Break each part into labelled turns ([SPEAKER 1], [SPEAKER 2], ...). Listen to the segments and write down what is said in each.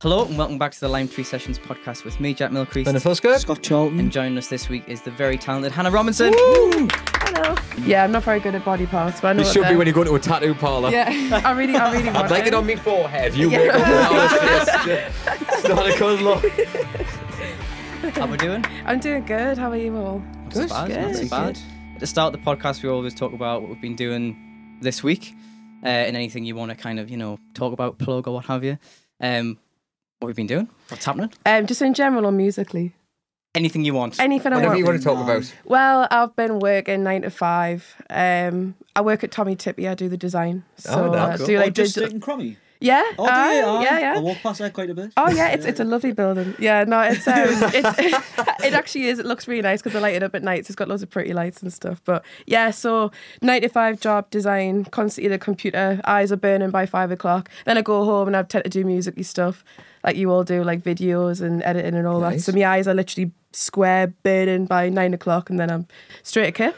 [SPEAKER 1] Hello and welcome back to the Lime Tree Sessions podcast with me, Jack
[SPEAKER 2] Then
[SPEAKER 1] Milcrease.
[SPEAKER 2] if let's go.
[SPEAKER 3] Scott Charlton.
[SPEAKER 1] And joining us this week is the very talented Hannah Robinson.
[SPEAKER 4] Yeah, I'm not very good at body parts, but I know
[SPEAKER 5] This
[SPEAKER 4] what
[SPEAKER 5] should be
[SPEAKER 4] they're-
[SPEAKER 5] when you go to a tattoo parlor.
[SPEAKER 4] Yeah, I really, I really want
[SPEAKER 5] I'd like it
[SPEAKER 4] it.
[SPEAKER 5] on my forehead. You wake up with all this. It's not a good look.
[SPEAKER 1] How we doing?
[SPEAKER 4] I'm doing good. How are you all?
[SPEAKER 1] Not so bad. Not so
[SPEAKER 4] good.
[SPEAKER 1] bad. To start the podcast, we always talk about what we've been doing this week, uh, and anything you want to kind of you know talk about, plug or what have you. Um, what we've been doing, what's happening,
[SPEAKER 4] Um, just in general or musically,
[SPEAKER 1] anything you want.
[SPEAKER 4] anything I
[SPEAKER 5] Whatever
[SPEAKER 4] want.
[SPEAKER 5] you want to talk about.
[SPEAKER 4] Well, I've been working nine to five. Um, I work at Tommy Tippy. I do the design. So
[SPEAKER 5] no,
[SPEAKER 4] I
[SPEAKER 5] cool.
[SPEAKER 4] do
[SPEAKER 3] oh,
[SPEAKER 4] like
[SPEAKER 3] just
[SPEAKER 4] digital-
[SPEAKER 3] sitting crummy.
[SPEAKER 4] Yeah,
[SPEAKER 3] Oh,
[SPEAKER 4] aye,
[SPEAKER 3] do you? Aye.
[SPEAKER 4] yeah,
[SPEAKER 3] I
[SPEAKER 4] yeah.
[SPEAKER 3] walk past that quite a bit.
[SPEAKER 4] Oh yeah, it's it's a lovely building. Yeah, no, it's um, it's it actually is. It looks really nice because they light it up at nights. It's got loads of pretty lights and stuff. But yeah, so nine to five job, design, constantly the computer, eyes are burning by five o'clock. Then I go home and I tend to do musicy stuff, like you all do, like videos and editing and all
[SPEAKER 5] Nice.
[SPEAKER 4] that. So my eyes are literally square burning by nine o'clock, and then I'm straight at kip.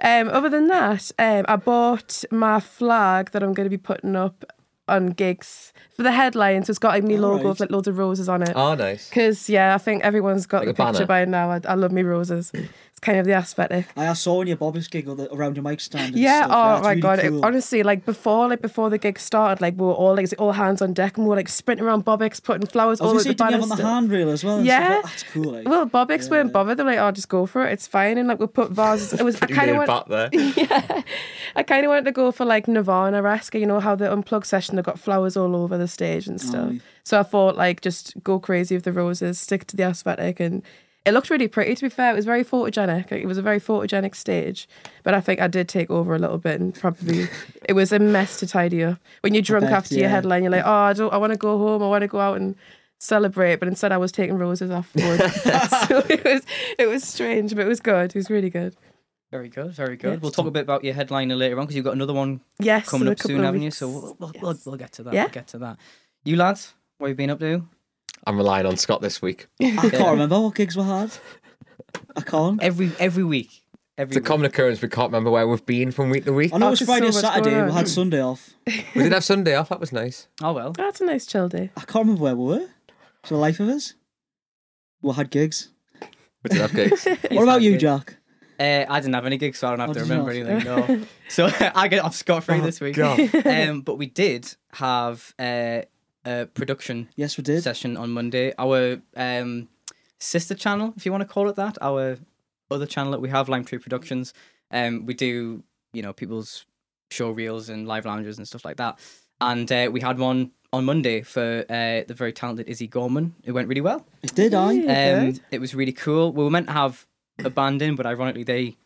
[SPEAKER 4] Um, other than that, um, I bought my flag that I'm going to be putting up on gigs for the headline. So it's got like my logo
[SPEAKER 3] right.
[SPEAKER 4] with like loads of roses on it.
[SPEAKER 5] Oh, nice.
[SPEAKER 4] Because yeah, I think everyone's got
[SPEAKER 5] Like Mm.
[SPEAKER 4] the
[SPEAKER 5] a
[SPEAKER 4] picture by now. I, I love me roses. It's kind of the aesthetic.
[SPEAKER 3] I saw in your Bobby's gig other- around your mic stand. And
[SPEAKER 4] Yeah.
[SPEAKER 3] stuff.
[SPEAKER 4] Oh
[SPEAKER 3] it's
[SPEAKER 4] my
[SPEAKER 3] really
[SPEAKER 4] god. It-
[SPEAKER 3] Cool.
[SPEAKER 4] honestly, like before, like before the gig started, like we were all like all hands on deck, and we were like sprinting around Bobix, putting flowers
[SPEAKER 3] I was
[SPEAKER 4] all
[SPEAKER 3] going to
[SPEAKER 4] over the
[SPEAKER 3] say, did you have
[SPEAKER 4] banner.
[SPEAKER 3] on the
[SPEAKER 4] still.
[SPEAKER 3] handrail as well? and stuff?
[SPEAKER 4] Yeah.
[SPEAKER 3] That's cool. Like.
[SPEAKER 4] Well, Bobix weren't bothered. They're like, "Oh, just go for it. It's fine." And like we put vases. It was. I
[SPEAKER 5] You
[SPEAKER 4] kind of
[SPEAKER 5] laid back
[SPEAKER 4] went.
[SPEAKER 5] there.
[SPEAKER 4] yeah, I kind of wanted to go for like Nirvana esque, you know, how the unplugged session they got flowers all over the stage and stuff. So I thought, like, just go crazy with the roses, stick to the aesthetic, and it looked really pretty. To be fair, it was very photogenic. Like, it was a very photogenic stage, but I think I did take over a little bit, and probably it was a mess to tidy up. When you're drunk
[SPEAKER 3] bet,
[SPEAKER 4] after your
[SPEAKER 3] yeah.
[SPEAKER 4] headline, you're like, oh, I don't, I want to go home, I want to go out and celebrate, but instead I was taking roses afterwards. so it was, it was strange, but it was good. It was really good.
[SPEAKER 1] Very good, very good. We'll talk a bit about your headliner later on because you've got another one
[SPEAKER 4] Yes,
[SPEAKER 1] coming
[SPEAKER 4] in a
[SPEAKER 1] up
[SPEAKER 4] couple
[SPEAKER 1] soon,
[SPEAKER 4] of
[SPEAKER 1] haven't you? So
[SPEAKER 4] weeks.
[SPEAKER 1] we'll, we'll, we'll, we'll get to that.
[SPEAKER 4] Yeah.
[SPEAKER 1] We'll get to that. You lads, what have you been up to?
[SPEAKER 5] I'm relying on Scott this week.
[SPEAKER 3] I can't remember what gigs we had. I can't.
[SPEAKER 1] Every every week, every
[SPEAKER 5] It's a
[SPEAKER 1] week.
[SPEAKER 5] common occurrence. We can't remember where we've been from week to week.
[SPEAKER 3] I know
[SPEAKER 4] Oh,
[SPEAKER 3] it's
[SPEAKER 4] there's
[SPEAKER 3] Friday,
[SPEAKER 4] so much
[SPEAKER 3] Saturday.
[SPEAKER 4] going
[SPEAKER 3] We
[SPEAKER 4] on.
[SPEAKER 3] had Sunday off.
[SPEAKER 5] We did have Sunday off. That was nice.
[SPEAKER 1] Oh well,
[SPEAKER 4] That's a nice chill day.
[SPEAKER 3] I can't remember where we were. For the life of us, we had gigs.
[SPEAKER 5] We did have gigs.
[SPEAKER 3] What about you,
[SPEAKER 1] Jack?
[SPEAKER 3] Jack?
[SPEAKER 1] Uh, I didn't have any gigs, so I don't have
[SPEAKER 3] Oh,
[SPEAKER 1] to
[SPEAKER 3] did you
[SPEAKER 1] remember
[SPEAKER 3] not?
[SPEAKER 1] anything. No, so I get off scot free this week.
[SPEAKER 5] God.
[SPEAKER 1] Um, but we did have uh, a production
[SPEAKER 3] Yes, we did.
[SPEAKER 1] session on Monday. Our um, sister channel, if you want to call it that, our other channel that we have, Lime Tree Productions. Um, we do you know people's show reels and live lounges and stuff like that. And uh, we had one on Monday for uh, the very talented Izzy Gorman. It went really well.
[SPEAKER 3] It did, I.
[SPEAKER 4] Yeah,
[SPEAKER 1] Um,
[SPEAKER 4] good.
[SPEAKER 1] it was really cool. We were meant to have a band in, but ironically they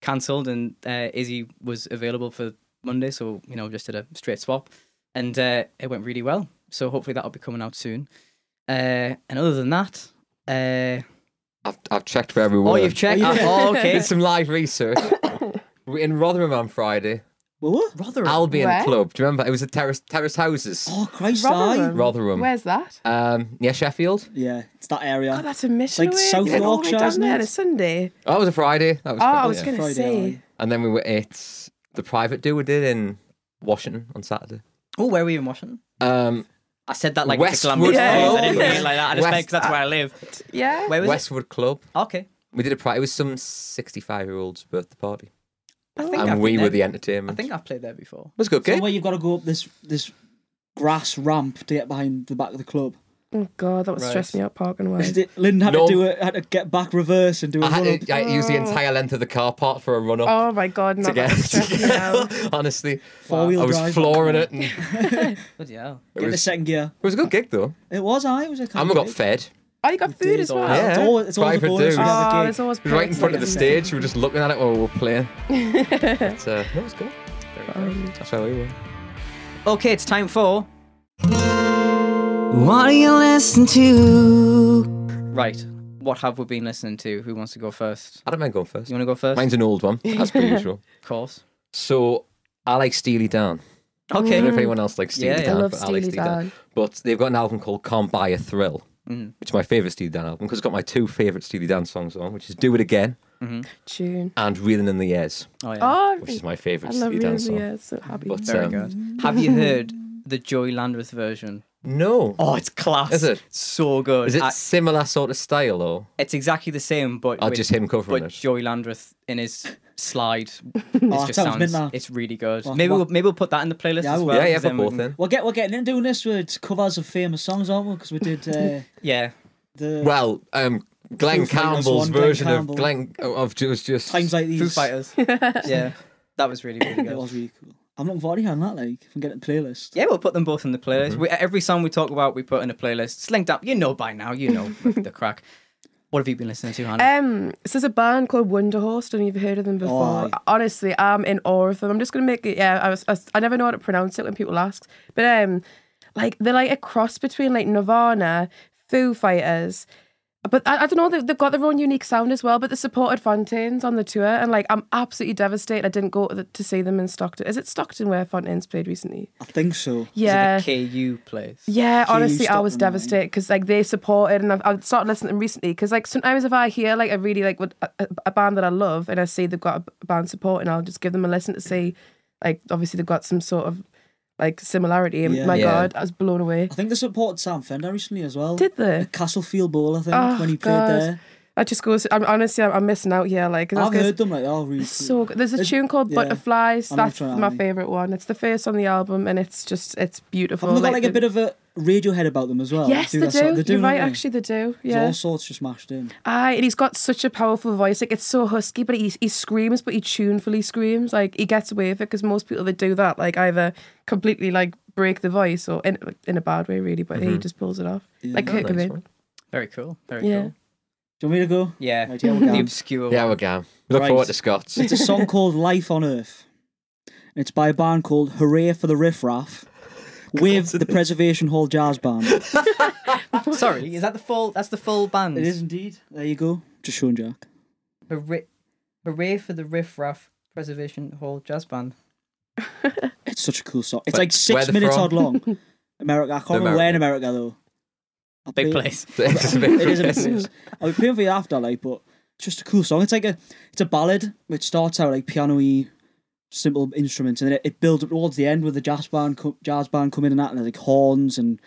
[SPEAKER 1] cancelled, and uh, Izzy was available for Monday, so you know just did a straight swap, and uh, it went really well. So hopefully that'll be coming out soon. Uh, and other than that, uh,
[SPEAKER 5] I've, I've checked for everyone.
[SPEAKER 1] oh, you've checked.
[SPEAKER 3] Oh, yeah.
[SPEAKER 1] Oh, okay.
[SPEAKER 5] Did some live research. We're in Rotherham on Friday.
[SPEAKER 3] We were.
[SPEAKER 1] Rather
[SPEAKER 5] Albion
[SPEAKER 4] Where?
[SPEAKER 5] Club. Do you remember? It was a terrace terrace houses.
[SPEAKER 3] Oh, Christ, I.
[SPEAKER 4] Rotherham.
[SPEAKER 5] Rotherham.
[SPEAKER 4] Where's that?
[SPEAKER 5] Um, yeah, Sheffield.
[SPEAKER 3] Yeah, it's that area.
[SPEAKER 4] Oh, that's a mission.
[SPEAKER 3] Like South Yorkshire,
[SPEAKER 4] down
[SPEAKER 3] isn't
[SPEAKER 4] there
[SPEAKER 3] it?
[SPEAKER 4] on a Sunday.
[SPEAKER 5] Oh, it was a Friday. That was
[SPEAKER 4] Oh,
[SPEAKER 5] good,
[SPEAKER 4] I was
[SPEAKER 5] yeah.
[SPEAKER 4] going to
[SPEAKER 3] Friday,
[SPEAKER 4] say.
[SPEAKER 5] And then we were at the private do we did in Washington on Saturday.
[SPEAKER 1] oh, where were you in Washington?
[SPEAKER 5] Um,
[SPEAKER 1] I said that like
[SPEAKER 5] Westwood
[SPEAKER 1] glamour.
[SPEAKER 4] Club.
[SPEAKER 1] I didn't mean it like that. I just
[SPEAKER 5] West-
[SPEAKER 1] meant 'cause that's where I live.
[SPEAKER 4] Yeah.
[SPEAKER 1] Where was
[SPEAKER 5] Westwood Club.
[SPEAKER 1] it? Okay.
[SPEAKER 5] We did a pri It was some sixty-five-year-old's birthday party,
[SPEAKER 1] I think I've
[SPEAKER 5] and
[SPEAKER 1] been
[SPEAKER 5] we were
[SPEAKER 1] there.
[SPEAKER 5] the
[SPEAKER 1] I
[SPEAKER 5] entertainment.
[SPEAKER 1] think I've played there before.
[SPEAKER 5] it was a good
[SPEAKER 3] So
[SPEAKER 5] game.
[SPEAKER 3] where you've got to go up this this grass ramp to get behind the back of the club.
[SPEAKER 4] Oh, God, that would stress
[SPEAKER 1] Right.
[SPEAKER 4] me out parking wise.
[SPEAKER 3] Did- Lynn had
[SPEAKER 5] No.
[SPEAKER 3] to do it, had to get back reverse and do a
[SPEAKER 5] I
[SPEAKER 3] run
[SPEAKER 5] had
[SPEAKER 3] up.
[SPEAKER 5] to, I used the entire length of the car park for a run up
[SPEAKER 4] Oh, my God, no.
[SPEAKER 5] to
[SPEAKER 4] That
[SPEAKER 5] get.
[SPEAKER 4] would stress me out.
[SPEAKER 1] Oh.
[SPEAKER 5] Honestly,
[SPEAKER 3] Four wheel
[SPEAKER 5] I was
[SPEAKER 3] drive.
[SPEAKER 5] flooring it. And it
[SPEAKER 1] Bloody hell.
[SPEAKER 3] Get the
[SPEAKER 5] was-
[SPEAKER 3] second gear.
[SPEAKER 5] was a good gig though.
[SPEAKER 3] It was I. It was a kind
[SPEAKER 5] And we
[SPEAKER 3] of
[SPEAKER 5] got
[SPEAKER 3] gig.
[SPEAKER 5] fed.
[SPEAKER 4] Oh, you got food
[SPEAKER 1] Food's
[SPEAKER 4] as
[SPEAKER 1] all
[SPEAKER 4] well.
[SPEAKER 1] right.
[SPEAKER 3] It's
[SPEAKER 5] Yeah.
[SPEAKER 3] always, it's always a
[SPEAKER 5] Private
[SPEAKER 3] bonus
[SPEAKER 5] do.
[SPEAKER 3] when you have a
[SPEAKER 4] Oh,
[SPEAKER 3] gig.
[SPEAKER 4] there's always
[SPEAKER 5] It was right in
[SPEAKER 4] perks
[SPEAKER 5] front of
[SPEAKER 4] like
[SPEAKER 5] the
[SPEAKER 4] that.
[SPEAKER 5] stage. We were just looking at it while we were playing. but, uh, no, it was good. That's how we were.
[SPEAKER 1] Okay, it's time for
[SPEAKER 2] What do you listen to?
[SPEAKER 1] Right. What have we been listening to? Who wants to go first?
[SPEAKER 5] I don't mind going first.
[SPEAKER 1] You want to go first?
[SPEAKER 5] Mine's an old one, as per usual.
[SPEAKER 1] Of course.
[SPEAKER 5] So I like Steely Dan.
[SPEAKER 2] Mm.
[SPEAKER 5] I don't know if
[SPEAKER 1] Okay.
[SPEAKER 5] anyone else likes Steely
[SPEAKER 1] Mm-hmm. Yeah, yeah.
[SPEAKER 5] Dan,
[SPEAKER 1] I
[SPEAKER 4] love
[SPEAKER 5] but I like
[SPEAKER 4] Steely
[SPEAKER 5] Steely Dan.
[SPEAKER 4] Dan.
[SPEAKER 5] But they've got an album called Can't Buy a Thrill,
[SPEAKER 1] Mhm.
[SPEAKER 5] which is my favourite Steely Dan album because it's got my two favourite Steely Dan songs on, which is Do It Again
[SPEAKER 4] Tune.
[SPEAKER 5] and Reeling in the Years,
[SPEAKER 1] Oh, yeah.
[SPEAKER 4] Oh,
[SPEAKER 5] which is my
[SPEAKER 4] I
[SPEAKER 5] favourite
[SPEAKER 4] love
[SPEAKER 5] Steely
[SPEAKER 4] you.
[SPEAKER 5] Dan song.
[SPEAKER 4] Yeah, so happy.
[SPEAKER 5] But
[SPEAKER 1] Very
[SPEAKER 5] um,
[SPEAKER 1] good. Have you heard the Joy Landreth version
[SPEAKER 5] No.
[SPEAKER 1] Oh, it's class.
[SPEAKER 5] Is it?
[SPEAKER 1] So good.
[SPEAKER 5] Is it
[SPEAKER 1] I-
[SPEAKER 5] similar sort of style though?
[SPEAKER 1] it's exactly the same, but
[SPEAKER 5] Or
[SPEAKER 1] with-
[SPEAKER 5] just him covering
[SPEAKER 1] but
[SPEAKER 5] it?
[SPEAKER 1] Joey Landreth in his slide. it's
[SPEAKER 3] Oh, that
[SPEAKER 1] just
[SPEAKER 3] sounds
[SPEAKER 1] sounds,
[SPEAKER 3] midnight.
[SPEAKER 1] it's really good.
[SPEAKER 3] Well,
[SPEAKER 1] maybe
[SPEAKER 3] well-
[SPEAKER 1] we'll maybe we'll put that in the playlist
[SPEAKER 3] Yeah, I
[SPEAKER 1] as
[SPEAKER 3] will.
[SPEAKER 1] well.
[SPEAKER 5] yeah, yeah,
[SPEAKER 1] 'cause
[SPEAKER 5] but
[SPEAKER 1] then we
[SPEAKER 5] both
[SPEAKER 1] can-
[SPEAKER 5] in.
[SPEAKER 3] We're, get, we're getting into doing this with covers of famous songs, aren't we? Because we did uh,
[SPEAKER 1] Yeah,
[SPEAKER 3] the
[SPEAKER 5] Well, um, Glenn
[SPEAKER 3] Foo Fighters
[SPEAKER 5] Campbell's
[SPEAKER 3] one, Glenn
[SPEAKER 5] version
[SPEAKER 3] Campbell.
[SPEAKER 5] of Glenn of just just
[SPEAKER 3] Times Like These.
[SPEAKER 1] Foo Fighters. yeah, that was really really
[SPEAKER 3] It
[SPEAKER 1] good.
[SPEAKER 3] was really cool. I'm looking forward to hearing that, like, if we get it in the playlist.
[SPEAKER 1] Yeah, we'll put them both in the playlist.
[SPEAKER 3] Mm-hmm.
[SPEAKER 1] We, every song we talk about, we put in a playlist. It's linked up. You know by now. You know the crack. What have you been listening to, Hannah?
[SPEAKER 4] Um, so there's a band called Wonderhorse. Don't know if you've heard of them before.
[SPEAKER 3] Oh, aye.
[SPEAKER 4] Honestly, I'm in awe of them. I'm just gonna make it. Yeah, I was. I, was- I never know how to pronounce it when people ask, but um, like they're like a cross between like Nirvana, Foo Fighters. But I, I don't know, they- they've got their own unique sound as well. But they supported Fontaines on the tour, and like I'm absolutely devastated. I didn't go to, the, to see them in Stockton. Is it Stockton where Fontaines played recently?
[SPEAKER 3] I think so.
[SPEAKER 4] Yeah,
[SPEAKER 1] Is it the KU place.
[SPEAKER 4] yeah,
[SPEAKER 3] you
[SPEAKER 4] honestly, I
[SPEAKER 3] stop
[SPEAKER 4] was
[SPEAKER 3] them, right?
[SPEAKER 4] devastated because like they supported, and I've, I've started listening to them recently. Because like sometimes if I hear like a really like what a, a band that I love, and I see they've got a b- band support, and I'll just give them a listen to see, like obviously they've got some sort of like similarity. And
[SPEAKER 3] Yeah.
[SPEAKER 4] my
[SPEAKER 5] Yeah.
[SPEAKER 4] God, I was blown away.
[SPEAKER 3] I think they supported Sam Fender recently as well.
[SPEAKER 4] Did they?
[SPEAKER 3] The Castlefield Bowl, I think,
[SPEAKER 4] Oh,
[SPEAKER 3] when he played
[SPEAKER 4] God.
[SPEAKER 3] there.
[SPEAKER 4] That just goes. I'm honestly, I'm, I'm missing out here. Like 'cause I was
[SPEAKER 3] I've
[SPEAKER 4] gonna
[SPEAKER 3] heard them, like, oh, really cool.
[SPEAKER 4] It's so good. There's a
[SPEAKER 3] It's-
[SPEAKER 4] tune called
[SPEAKER 3] yeah.
[SPEAKER 4] Butterflies.
[SPEAKER 3] I'm gonna
[SPEAKER 4] That's
[SPEAKER 3] try that
[SPEAKER 4] my
[SPEAKER 3] one.
[SPEAKER 4] favorite one. It's the first on the album, and it's just it's beautiful.
[SPEAKER 3] Haven't they got, like, a
[SPEAKER 4] the-
[SPEAKER 3] bit of a Radiohead about them as well?
[SPEAKER 4] Yes, they do.
[SPEAKER 3] that sort-
[SPEAKER 4] You're right.
[SPEAKER 3] don't they?
[SPEAKER 4] Actually, they do.
[SPEAKER 3] There's
[SPEAKER 4] Yeah.
[SPEAKER 3] all sorts just mashed in.
[SPEAKER 4] Aye, and he's got such a powerful voice. Like it's so husky, but he he screams, but he tunefully screams. Like he gets away with it because most people that do that, like either completely like break the voice or in in a bad way, really. But
[SPEAKER 3] Mm-hmm.
[SPEAKER 4] he just pulls it off.
[SPEAKER 3] Yeah.
[SPEAKER 4] Like
[SPEAKER 5] Oh,
[SPEAKER 4] Kurt
[SPEAKER 5] nice
[SPEAKER 4] Cobain.
[SPEAKER 5] one.
[SPEAKER 1] Very cool. Very
[SPEAKER 4] Yeah.
[SPEAKER 1] cool.
[SPEAKER 3] Do you want me to go?
[SPEAKER 1] Yeah.
[SPEAKER 3] Right, yeah, we're
[SPEAKER 1] The
[SPEAKER 3] going.
[SPEAKER 1] obscure.
[SPEAKER 5] Yeah,
[SPEAKER 1] one.
[SPEAKER 5] we're going. We look
[SPEAKER 3] Right.
[SPEAKER 5] forward to Scott's.
[SPEAKER 3] It's a song called Life on Earth. And it's by a band called Hooray for the Riff Raff with the Preservation Hall Jazz Band. it
[SPEAKER 1] Sorry, is that the full? That's the full band.
[SPEAKER 3] indeed. There you go. Just showing Jack.
[SPEAKER 1] Hooray, hooray for the Riff Raff Preservation Hall Jazz Band.
[SPEAKER 3] It's such a cool song. It's
[SPEAKER 5] Where-
[SPEAKER 3] like
[SPEAKER 5] where
[SPEAKER 3] six
[SPEAKER 5] they're
[SPEAKER 3] minutes
[SPEAKER 5] from?
[SPEAKER 3] odd long. America. I can't remember where in America though. I'll
[SPEAKER 1] Big
[SPEAKER 3] play-
[SPEAKER 1] place.
[SPEAKER 5] It's a bit-
[SPEAKER 3] It is a big place. I'll be playing for you after, like, but it's just a cool song. It's like a it's a ballad which starts out like piano-y, simple instruments, and then it, it builds up towards the end with the jazz band co- jazz band coming and that, and there's like horns and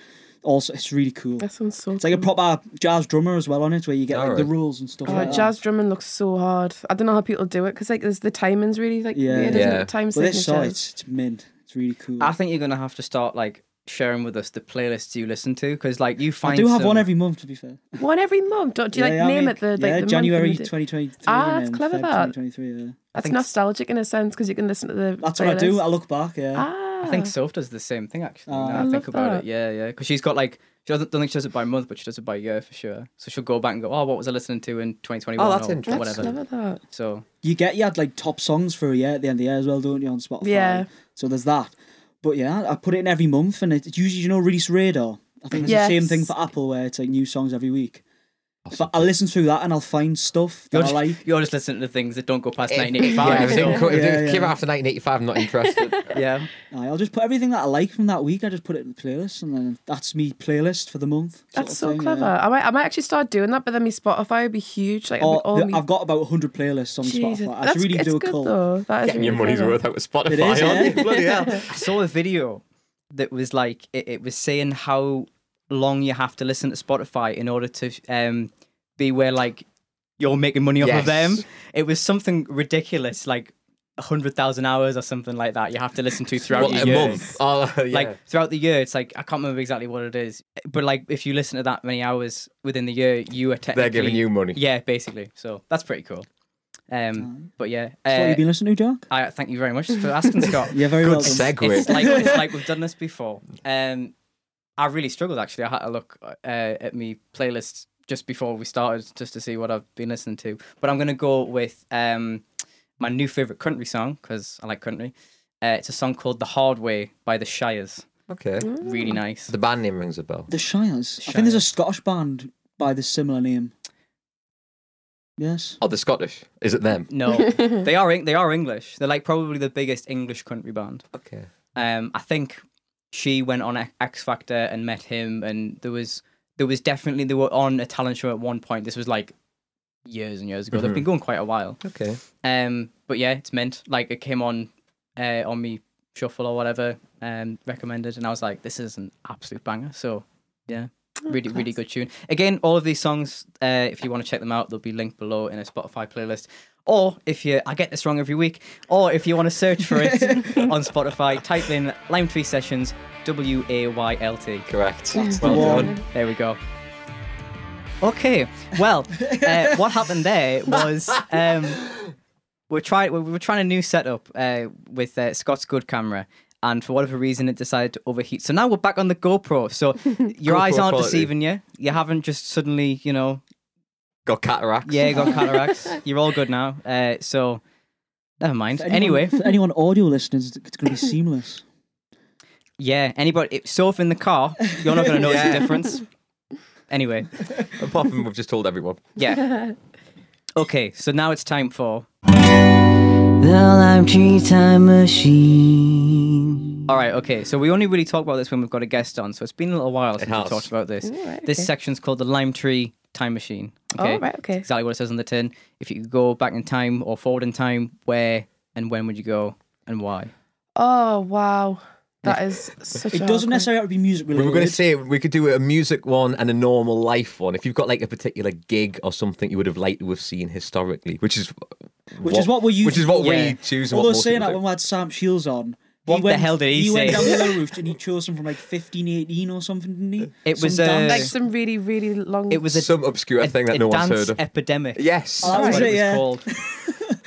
[SPEAKER 3] also it's really cool.
[SPEAKER 4] That sounds so.
[SPEAKER 3] It's like a proper jazz drummer as well on it, where you get like the
[SPEAKER 5] Alright.
[SPEAKER 3] rules and stuff.
[SPEAKER 4] Oh,
[SPEAKER 3] like that.
[SPEAKER 4] jazz drumming looks so hard. I don't know how people do it because like there's the timings really like
[SPEAKER 3] Yeah.
[SPEAKER 4] weird, isn't it?
[SPEAKER 5] Yeah.
[SPEAKER 4] The Time
[SPEAKER 3] But this song,
[SPEAKER 4] signatures.
[SPEAKER 3] it's, it's mint. It's really cool.
[SPEAKER 1] I think you're gonna have to start like sharing with us the playlists you listen to because like you
[SPEAKER 3] I
[SPEAKER 1] find
[SPEAKER 3] do have
[SPEAKER 1] some-
[SPEAKER 3] one every month, to be fair.
[SPEAKER 4] One every month. Don't, do you
[SPEAKER 3] Yeah,
[SPEAKER 4] like
[SPEAKER 3] I
[SPEAKER 4] name
[SPEAKER 3] make-
[SPEAKER 4] it the like
[SPEAKER 3] yeah,
[SPEAKER 4] the month
[SPEAKER 3] January
[SPEAKER 4] and the day?
[SPEAKER 3] 2023.
[SPEAKER 4] Ah,
[SPEAKER 3] and
[SPEAKER 4] that's
[SPEAKER 3] then
[SPEAKER 4] clever,
[SPEAKER 3] Feb
[SPEAKER 4] that.
[SPEAKER 3] 2023, yeah.
[SPEAKER 4] That's
[SPEAKER 1] think s-
[SPEAKER 4] nostalgic in a sense because you can listen to the.
[SPEAKER 3] That's what I do.
[SPEAKER 4] playlist.
[SPEAKER 3] I look back, yeah.
[SPEAKER 4] ah,
[SPEAKER 1] I think Soph does the same thing actually.
[SPEAKER 3] Oh.
[SPEAKER 1] now
[SPEAKER 3] I
[SPEAKER 1] I, think
[SPEAKER 4] love
[SPEAKER 1] about
[SPEAKER 4] that.
[SPEAKER 1] it. Yeah, yeah. Because she's got like she doesn't don't think she does it by month, but she does it by year for sure. So she'll go back and go, oh, what was I listening to in 2021?
[SPEAKER 5] Oh, that's
[SPEAKER 1] or
[SPEAKER 5] interesting.
[SPEAKER 4] That's
[SPEAKER 1] Whatever.
[SPEAKER 4] clever. That.
[SPEAKER 1] So
[SPEAKER 3] You get you had like top songs for a year at the end of the year as well, don't you, on Spotify?
[SPEAKER 4] Yeah.
[SPEAKER 3] So there's that. But yeah, I put it in every month and it's usually you know release radar. I think it's the same
[SPEAKER 4] Yes.
[SPEAKER 3] thing for Apple where it's like new songs every week. But I listen through that and I'll find stuff that
[SPEAKER 1] you're
[SPEAKER 3] I
[SPEAKER 1] just,
[SPEAKER 3] like.
[SPEAKER 1] you're just listening to things that don't go past
[SPEAKER 5] Yeah,
[SPEAKER 1] 1985.
[SPEAKER 5] if it didn't co- if it
[SPEAKER 3] Yeah,
[SPEAKER 5] didn't
[SPEAKER 3] yeah.
[SPEAKER 5] came out after 1985, I'm not interested.
[SPEAKER 1] so, yeah.
[SPEAKER 3] Aye, I'll just put everything that I like from that week. I just put it in the playlist and then that's me playlist for the month. sort
[SPEAKER 4] That's
[SPEAKER 3] of
[SPEAKER 4] so
[SPEAKER 3] thing,
[SPEAKER 4] clever.
[SPEAKER 3] yeah.
[SPEAKER 4] I might, I might actually start doing that, but then my Spotify would be huge. Like,
[SPEAKER 3] Or
[SPEAKER 4] all
[SPEAKER 3] the-
[SPEAKER 4] me-
[SPEAKER 3] Oh, I've got about 100 playlists on
[SPEAKER 4] Jesus.
[SPEAKER 3] Spotify. I
[SPEAKER 4] That's
[SPEAKER 3] should really
[SPEAKER 4] it's
[SPEAKER 3] do a
[SPEAKER 4] good
[SPEAKER 3] cull.
[SPEAKER 4] though. That is
[SPEAKER 5] Getting
[SPEAKER 4] really
[SPEAKER 5] your money's
[SPEAKER 4] clever.
[SPEAKER 5] worth out with Spotify,
[SPEAKER 3] It is,
[SPEAKER 5] aren't you?
[SPEAKER 3] yeah.
[SPEAKER 5] Bloody hell.
[SPEAKER 1] I saw a video that was like it, it was saying how long you have to listen to Spotify in order to um, be where like you're making money off of them.
[SPEAKER 5] Yes.
[SPEAKER 1] It was something ridiculous, like hundred thousand hours or something like that. You have to listen to throughout
[SPEAKER 5] What,
[SPEAKER 1] the
[SPEAKER 5] a
[SPEAKER 1] year.
[SPEAKER 5] month? Oh, yeah.
[SPEAKER 1] Like throughout the year, it's like I can't remember exactly what it is, but like if you listen to that many hours within the year, you are technically
[SPEAKER 5] They're giving you money.
[SPEAKER 1] yeah, basically. So that's pretty cool. Um, but yeah,
[SPEAKER 3] Mm. What have
[SPEAKER 1] uh,
[SPEAKER 3] you been listening to, Jack?
[SPEAKER 1] I thank you very much for asking, Scott.
[SPEAKER 3] Yeah, very
[SPEAKER 5] Good
[SPEAKER 3] well done.
[SPEAKER 5] segue.
[SPEAKER 1] It's like, it's like we've done this before. Um, I really struggled actually. I had to look uh, at my playlist just before we started just to see what I've been listening to. But I'm gonna go with um, my new favorite country song because I like country. Uh, it's a song called "The Hard Way" by the Shires.
[SPEAKER 5] okay.
[SPEAKER 1] Really nice.
[SPEAKER 5] The band name rings a bell.
[SPEAKER 3] The Shires. I think there's a
[SPEAKER 1] Shires.
[SPEAKER 3] Scottish band by the similar name. Yes.
[SPEAKER 5] Oh, the Scottish. Is it them?
[SPEAKER 1] No, they are Eng- they are English. They're like probably the biggest English country band.
[SPEAKER 5] Okay.
[SPEAKER 1] um, I think she went on X Factor and met him, and there was there was definitely they were on a talent show at one point. This was like years and years ago. They've been going quite a while.
[SPEAKER 5] Okay.
[SPEAKER 1] Um, but yeah, it's mint. Like it came on uh, on me shuffle or whatever um, recommended, and I was like, this is an absolute banger. So yeah, really really good tune. Again, all of these songs, uh, if you want to check them out, they'll be linked below in a Spotify playlist. Or if you, I get this wrong every week. Or if you want to search for it on Spotify, type in Lime Tree Sessions, W A Y L T.
[SPEAKER 5] Correct.
[SPEAKER 3] the one.
[SPEAKER 1] There we go. Okay. Well, uh, what happened there was um, we're trying we were trying a new setup uh, with uh, Scott's good camera, and for whatever reason, it decided to overheat. So now we're back on the GoPro. So your eyes
[SPEAKER 5] GoPro
[SPEAKER 1] aren't
[SPEAKER 5] quality.
[SPEAKER 1] deceiving you. You haven't just suddenly, you know,
[SPEAKER 5] Got cataracts.
[SPEAKER 1] yeah, got cataracts. You're all good now. Uh, so never mind.
[SPEAKER 3] For anyone-
[SPEAKER 1] anyway,
[SPEAKER 3] for anyone audio listeners, it's going to be seamless.
[SPEAKER 1] yeah. Anybody? So if in the car, you're not going to notice
[SPEAKER 5] Yeah.
[SPEAKER 1] the difference. Anyway,
[SPEAKER 5] Apart from we've just told everyone.
[SPEAKER 1] yeah. Okay, so now it's time for
[SPEAKER 2] The Lime Tree Time Machine.
[SPEAKER 1] All right, okay. So we only really talk about this when we've got a guest on. So it's been a little while since we've
[SPEAKER 5] has.
[SPEAKER 1] talked about this.
[SPEAKER 4] right,
[SPEAKER 1] This
[SPEAKER 4] okay.
[SPEAKER 1] section's called the Lime Tree Time Machine. Okay,
[SPEAKER 4] Oh, right, okay.
[SPEAKER 1] exactly what it says on the tin. If you could go back in time or forward in time, where and when would you go and why?
[SPEAKER 4] Oh, wow. That is such a.
[SPEAKER 3] It doesn't
[SPEAKER 4] awkward-
[SPEAKER 3] necessarily have to be music
[SPEAKER 5] We
[SPEAKER 3] related.
[SPEAKER 5] were going to say we could do a music one and a normal life one. If you've got like a particular gig or something you would have liked to have seen historically, which is
[SPEAKER 3] Which is what we're
[SPEAKER 5] Which is
[SPEAKER 3] using-
[SPEAKER 5] what
[SPEAKER 1] Yeah.
[SPEAKER 5] we choose. and what
[SPEAKER 3] Although
[SPEAKER 5] most
[SPEAKER 3] saying
[SPEAKER 5] people
[SPEAKER 3] that,
[SPEAKER 5] do.
[SPEAKER 3] when we had Sam Shields on,
[SPEAKER 1] What the hell did he
[SPEAKER 3] went
[SPEAKER 1] say?
[SPEAKER 3] down the low roof and he chose some from like 1518 or something, didn't he?
[SPEAKER 1] It
[SPEAKER 3] Some
[SPEAKER 1] was, uh,
[SPEAKER 3] dance-
[SPEAKER 4] Like some really, really long.
[SPEAKER 1] It was a,
[SPEAKER 5] some obscure
[SPEAKER 1] a,
[SPEAKER 5] thing that
[SPEAKER 1] a
[SPEAKER 5] no one's
[SPEAKER 1] dance
[SPEAKER 5] heard of.
[SPEAKER 1] epidemic.
[SPEAKER 5] yes.
[SPEAKER 3] Oh,
[SPEAKER 1] That's
[SPEAKER 3] was
[SPEAKER 1] what
[SPEAKER 3] it?
[SPEAKER 1] it was
[SPEAKER 3] Yeah.
[SPEAKER 1] called.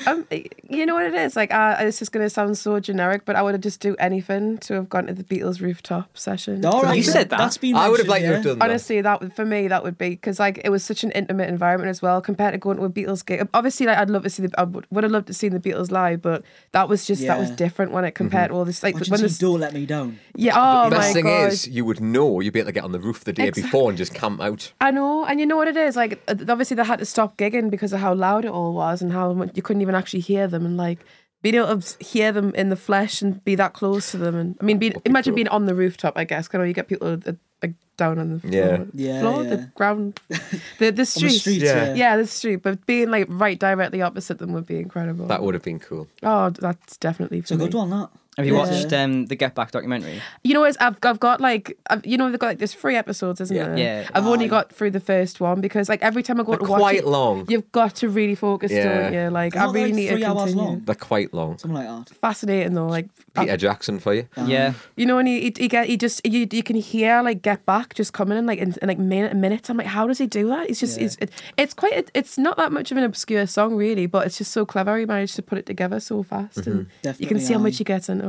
[SPEAKER 4] Um, you know what it is? Like, uh, it's just going to sound so generic, but I would have just do anything to have gone to the Beatles rooftop session.
[SPEAKER 3] All right,
[SPEAKER 1] You said that.
[SPEAKER 3] That's been
[SPEAKER 5] I would have
[SPEAKER 3] mentioned,
[SPEAKER 5] liked to have
[SPEAKER 3] yeah.
[SPEAKER 5] done that.
[SPEAKER 4] Honestly, that would, for me that would be because like it was such an intimate environment as well compared to going to a Beatles gig. Obviously, like I'd love to see the I would, would have loved to see the Beatles live, but that was just that was
[SPEAKER 3] Yeah.
[SPEAKER 4] different when it
[SPEAKER 5] Mm-hmm.
[SPEAKER 4] compared to all this like
[SPEAKER 3] Imagine
[SPEAKER 4] when
[SPEAKER 3] seeing
[SPEAKER 4] this
[SPEAKER 3] Don't Let Me Down.
[SPEAKER 4] yeah oh
[SPEAKER 5] The
[SPEAKER 4] my
[SPEAKER 5] best thing
[SPEAKER 4] gosh.
[SPEAKER 5] is, you would know you'd be able to get on the roof the day before and just camp out.
[SPEAKER 4] I know, and you know what it is. Like, uh, obviously, they had to stop gigging because of how loud it all was and how much you couldn't even actually hear them. And like, being able to s- hear them in the flesh and be that close to them. And I mean, being, imagine being on the rooftop. I guess kind of you get people uh, like down on the floor,
[SPEAKER 5] Yeah.
[SPEAKER 3] Yeah,
[SPEAKER 4] floor
[SPEAKER 3] yeah.
[SPEAKER 4] the ground, the the
[SPEAKER 3] On the
[SPEAKER 4] street.
[SPEAKER 3] street,
[SPEAKER 5] Yeah.
[SPEAKER 3] yeah.
[SPEAKER 4] Yeah, the street. But being like right directly opposite them would be incredible.
[SPEAKER 5] That would have been cool.
[SPEAKER 4] oh, that's definitely for
[SPEAKER 3] It's a
[SPEAKER 4] me.
[SPEAKER 3] good one, that.
[SPEAKER 1] Have you
[SPEAKER 4] Yeah.
[SPEAKER 1] watched um, the Get Back documentary?
[SPEAKER 4] You know, what? I've I've got like I've, you know they've got like there's three episodes, isn't
[SPEAKER 5] Yeah.
[SPEAKER 4] there?
[SPEAKER 1] Yeah.
[SPEAKER 4] I've only got through the first one because like every time I go
[SPEAKER 5] They're
[SPEAKER 4] to watch
[SPEAKER 5] quite
[SPEAKER 4] it,
[SPEAKER 5] long.
[SPEAKER 4] You've got to really focus,
[SPEAKER 5] Yeah.
[SPEAKER 4] don't you? Like
[SPEAKER 3] Isn't
[SPEAKER 4] I
[SPEAKER 3] that,
[SPEAKER 4] really
[SPEAKER 3] like,
[SPEAKER 4] need
[SPEAKER 3] three
[SPEAKER 4] to
[SPEAKER 3] hours
[SPEAKER 4] continue.
[SPEAKER 3] long?
[SPEAKER 5] They're quite long.
[SPEAKER 3] Something like that.
[SPEAKER 4] Fascinating though, like
[SPEAKER 5] Peter Jackson for you.
[SPEAKER 1] yeah.
[SPEAKER 4] you know when he he, he, get, he just you, you can hear like get back just coming in like in, in like minute minutes. I'm like, how does he do that? It's just it's it, it's quite it, it's not that much of an obscure song really, but it's just so clever. He managed to put it together so fast, and you can
[SPEAKER 3] Definitely,
[SPEAKER 4] see how
[SPEAKER 3] aye.
[SPEAKER 4] much he gets into it.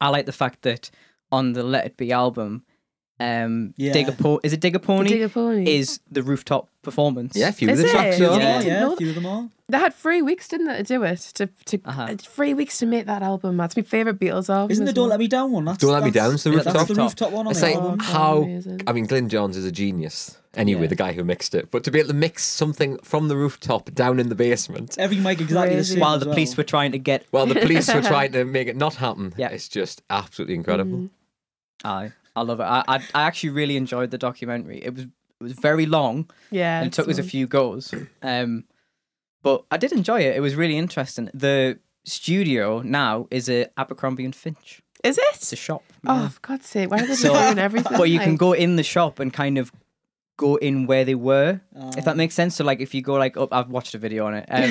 [SPEAKER 1] I like the fact that on the Let It Be album, um,
[SPEAKER 3] Yeah.
[SPEAKER 1] Dig a Po- is it Dig a Pony?
[SPEAKER 4] Dig a Pony.
[SPEAKER 1] is the rooftop performance.
[SPEAKER 5] Yeah, a few of
[SPEAKER 4] Is
[SPEAKER 5] the
[SPEAKER 4] it?
[SPEAKER 5] tracks are.
[SPEAKER 1] Yeah.
[SPEAKER 3] Yeah, yeah,
[SPEAKER 4] No.
[SPEAKER 3] a few of them all.
[SPEAKER 4] They had three weeks, didn't they, to do it? To to
[SPEAKER 1] Uh-huh.
[SPEAKER 4] uh three weeks to make that album. That's my favorite Beatles album.
[SPEAKER 3] Isn't
[SPEAKER 4] as
[SPEAKER 3] the Don't
[SPEAKER 4] well.
[SPEAKER 3] Let Me Down one? That's,
[SPEAKER 5] Don't Let Me
[SPEAKER 3] that's-
[SPEAKER 5] Down's the
[SPEAKER 3] yeah, That's the
[SPEAKER 1] rooftop.
[SPEAKER 3] rooftop one on
[SPEAKER 5] It's
[SPEAKER 3] the
[SPEAKER 5] like
[SPEAKER 3] album.
[SPEAKER 5] how
[SPEAKER 4] amazing.
[SPEAKER 5] I mean, Glyn Johns is a genius. Anyway,
[SPEAKER 1] Yeah.
[SPEAKER 5] the guy who mixed it, but to be able to mix something from the rooftop down in the basement
[SPEAKER 3] Every mic exactly the
[SPEAKER 4] Crazy.
[SPEAKER 3] same.
[SPEAKER 1] While
[SPEAKER 3] as
[SPEAKER 1] the
[SPEAKER 3] well.
[SPEAKER 1] police were trying to get,
[SPEAKER 5] while the police were trying to make it not happen,
[SPEAKER 1] Yeah.
[SPEAKER 5] it's just absolutely
[SPEAKER 4] Mm.
[SPEAKER 5] incredible.
[SPEAKER 1] I, I love it. I, I, I actually really enjoyed the documentary. It was, it was very long
[SPEAKER 4] Yeah,
[SPEAKER 1] and it took us a
[SPEAKER 4] so-
[SPEAKER 1] few goes, um, but I did enjoy it. It was really interesting. The studio now is a Abercrombie and Finch.
[SPEAKER 4] Is
[SPEAKER 1] It's a
[SPEAKER 4] it?
[SPEAKER 1] shop.
[SPEAKER 4] Oh, for God's sake! Why are they
[SPEAKER 1] So-
[SPEAKER 4] doing everything?
[SPEAKER 1] but you can
[SPEAKER 4] like-
[SPEAKER 1] go in the shop and kind of go in where they were if
[SPEAKER 4] Oh.
[SPEAKER 1] that makes sense so like if you go like up i've watched a video on it um,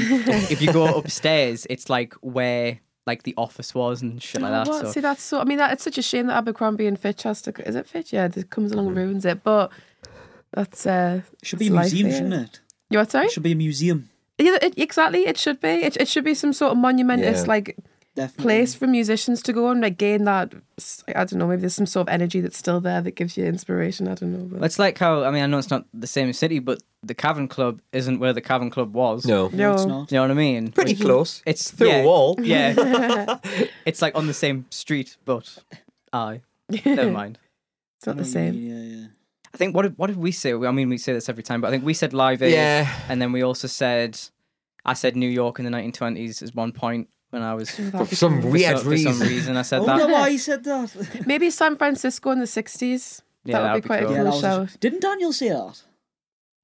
[SPEAKER 1] if you go upstairs it's like where like the office was and shit like
[SPEAKER 4] Oh,
[SPEAKER 1] that
[SPEAKER 4] what?
[SPEAKER 1] so
[SPEAKER 4] See, that's so. I mean, that it's such a shame that Abercrombie and Fitch has to. Is it Fitch? Yeah, that comes along and
[SPEAKER 1] Mm-hmm.
[SPEAKER 4] ruins it. But that's uh,
[SPEAKER 3] Should be a
[SPEAKER 4] it's life
[SPEAKER 3] museum,
[SPEAKER 4] there.
[SPEAKER 3] shouldn't it?
[SPEAKER 4] you what? Sorry.
[SPEAKER 3] It should be a museum.
[SPEAKER 4] Yeah, it, exactly. It should be. It, it should be some sort of monumentous
[SPEAKER 5] Yeah.
[SPEAKER 4] like
[SPEAKER 3] Definitely.
[SPEAKER 4] place for musicians to go and like gain that. s- I don't know. Maybe there's some sort of energy that's still there that gives you inspiration. I don't know. But.
[SPEAKER 1] it's like how i mean i know it's not the same city but the cavern club isn't where the cavern club was
[SPEAKER 5] No,
[SPEAKER 3] No, it's
[SPEAKER 4] No.
[SPEAKER 3] not.
[SPEAKER 1] you know what i mean
[SPEAKER 5] pretty
[SPEAKER 4] Mm-hmm.
[SPEAKER 5] close.
[SPEAKER 1] it's
[SPEAKER 5] through
[SPEAKER 1] yeah,
[SPEAKER 5] a wall.
[SPEAKER 1] yeah it's like on the same street but i never mind
[SPEAKER 4] It's not
[SPEAKER 3] I know
[SPEAKER 4] the
[SPEAKER 3] what you
[SPEAKER 4] same.
[SPEAKER 3] mean, Yeah, yeah.
[SPEAKER 1] i think what did, what did we say i mean we say this every time but i think we said live Aid,
[SPEAKER 5] Yeah.
[SPEAKER 1] and then we also said i said new york in the 1920s at one point when i was
[SPEAKER 5] For
[SPEAKER 3] Mm.
[SPEAKER 5] some weird
[SPEAKER 1] for, some-
[SPEAKER 5] reason.
[SPEAKER 1] for some reason I said
[SPEAKER 4] Oh,
[SPEAKER 3] I
[SPEAKER 1] that.
[SPEAKER 3] wonder why he said that. yeah,
[SPEAKER 4] Maybe San Francisco in the '60s.
[SPEAKER 1] Yeah,
[SPEAKER 4] that would
[SPEAKER 1] that'd
[SPEAKER 4] be
[SPEAKER 1] be
[SPEAKER 4] quite
[SPEAKER 1] cool.
[SPEAKER 4] a
[SPEAKER 1] Yeah,
[SPEAKER 3] that
[SPEAKER 4] cool
[SPEAKER 3] was
[SPEAKER 4] shout.
[SPEAKER 3] a- Didn't Daniel say that?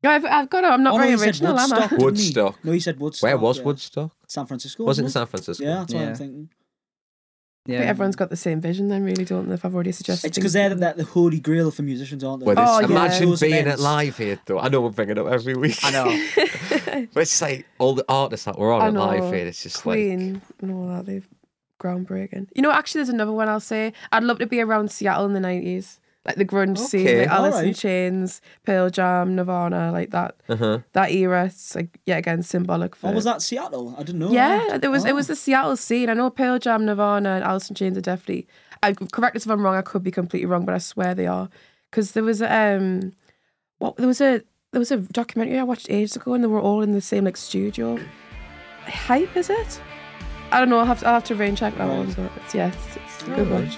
[SPEAKER 4] Yeah, I've, I've got it. I'm not
[SPEAKER 3] oh, no,
[SPEAKER 4] very
[SPEAKER 3] he said
[SPEAKER 4] original, am
[SPEAKER 3] Woodstock,
[SPEAKER 4] I?
[SPEAKER 3] didn't he?
[SPEAKER 5] Woodstock.
[SPEAKER 3] No, he said Woodstock.
[SPEAKER 5] Where was
[SPEAKER 3] yeah.
[SPEAKER 5] Woodstock?
[SPEAKER 3] San Francisco.
[SPEAKER 5] Was it in
[SPEAKER 3] wasn't
[SPEAKER 5] San Francisco?
[SPEAKER 3] Yeah, that's what
[SPEAKER 1] Yeah.
[SPEAKER 3] I'm thinking.
[SPEAKER 4] I
[SPEAKER 1] Yeah.
[SPEAKER 4] think everyone's got the same vision then, really, don't they? If I've already s
[SPEAKER 3] It's
[SPEAKER 4] suggested.
[SPEAKER 3] because they're the, they're the holy grail for musicians, aren't they?
[SPEAKER 5] Well,
[SPEAKER 4] Oh,
[SPEAKER 5] this,
[SPEAKER 4] yeah.
[SPEAKER 5] imagine
[SPEAKER 3] Those
[SPEAKER 5] being at
[SPEAKER 3] events.
[SPEAKER 5] live here, though. I know we're bringing it up every week.
[SPEAKER 1] I know.
[SPEAKER 5] but it's like all the artists that were on
[SPEAKER 4] I
[SPEAKER 5] at
[SPEAKER 4] know,
[SPEAKER 5] live here. It's just
[SPEAKER 4] Queen and all that. They've groundbreaking. You know, actually, there's another one I'll say. I'd love to be around Seattle in the 90s. Like the grunge scene,
[SPEAKER 5] Okay,
[SPEAKER 4] like Alice in
[SPEAKER 3] alright.
[SPEAKER 4] Chains, Pearl Jam, Nirvana, like that
[SPEAKER 5] like, uh huh.
[SPEAKER 4] that era. It's like yet again symbolic for.
[SPEAKER 3] Or was that Seattle? I didn't know.
[SPEAKER 4] Yeah,
[SPEAKER 3] that.
[SPEAKER 4] it was it
[SPEAKER 3] Oh.
[SPEAKER 4] was the Seattle scene. I know Pearl Jam, Nirvana, and Alice in Chains are definitely. I correct us if I'm wrong. I could be completely wrong, but I swear they are. Because there was um, what there was a there was a documentary I watched ages ago, and they were all in the same like studio. Hype is it? I don't know. I'll have to, I'll have to rain check that
[SPEAKER 3] Right.
[SPEAKER 4] one. But it's, yeah, it's, it's a good one.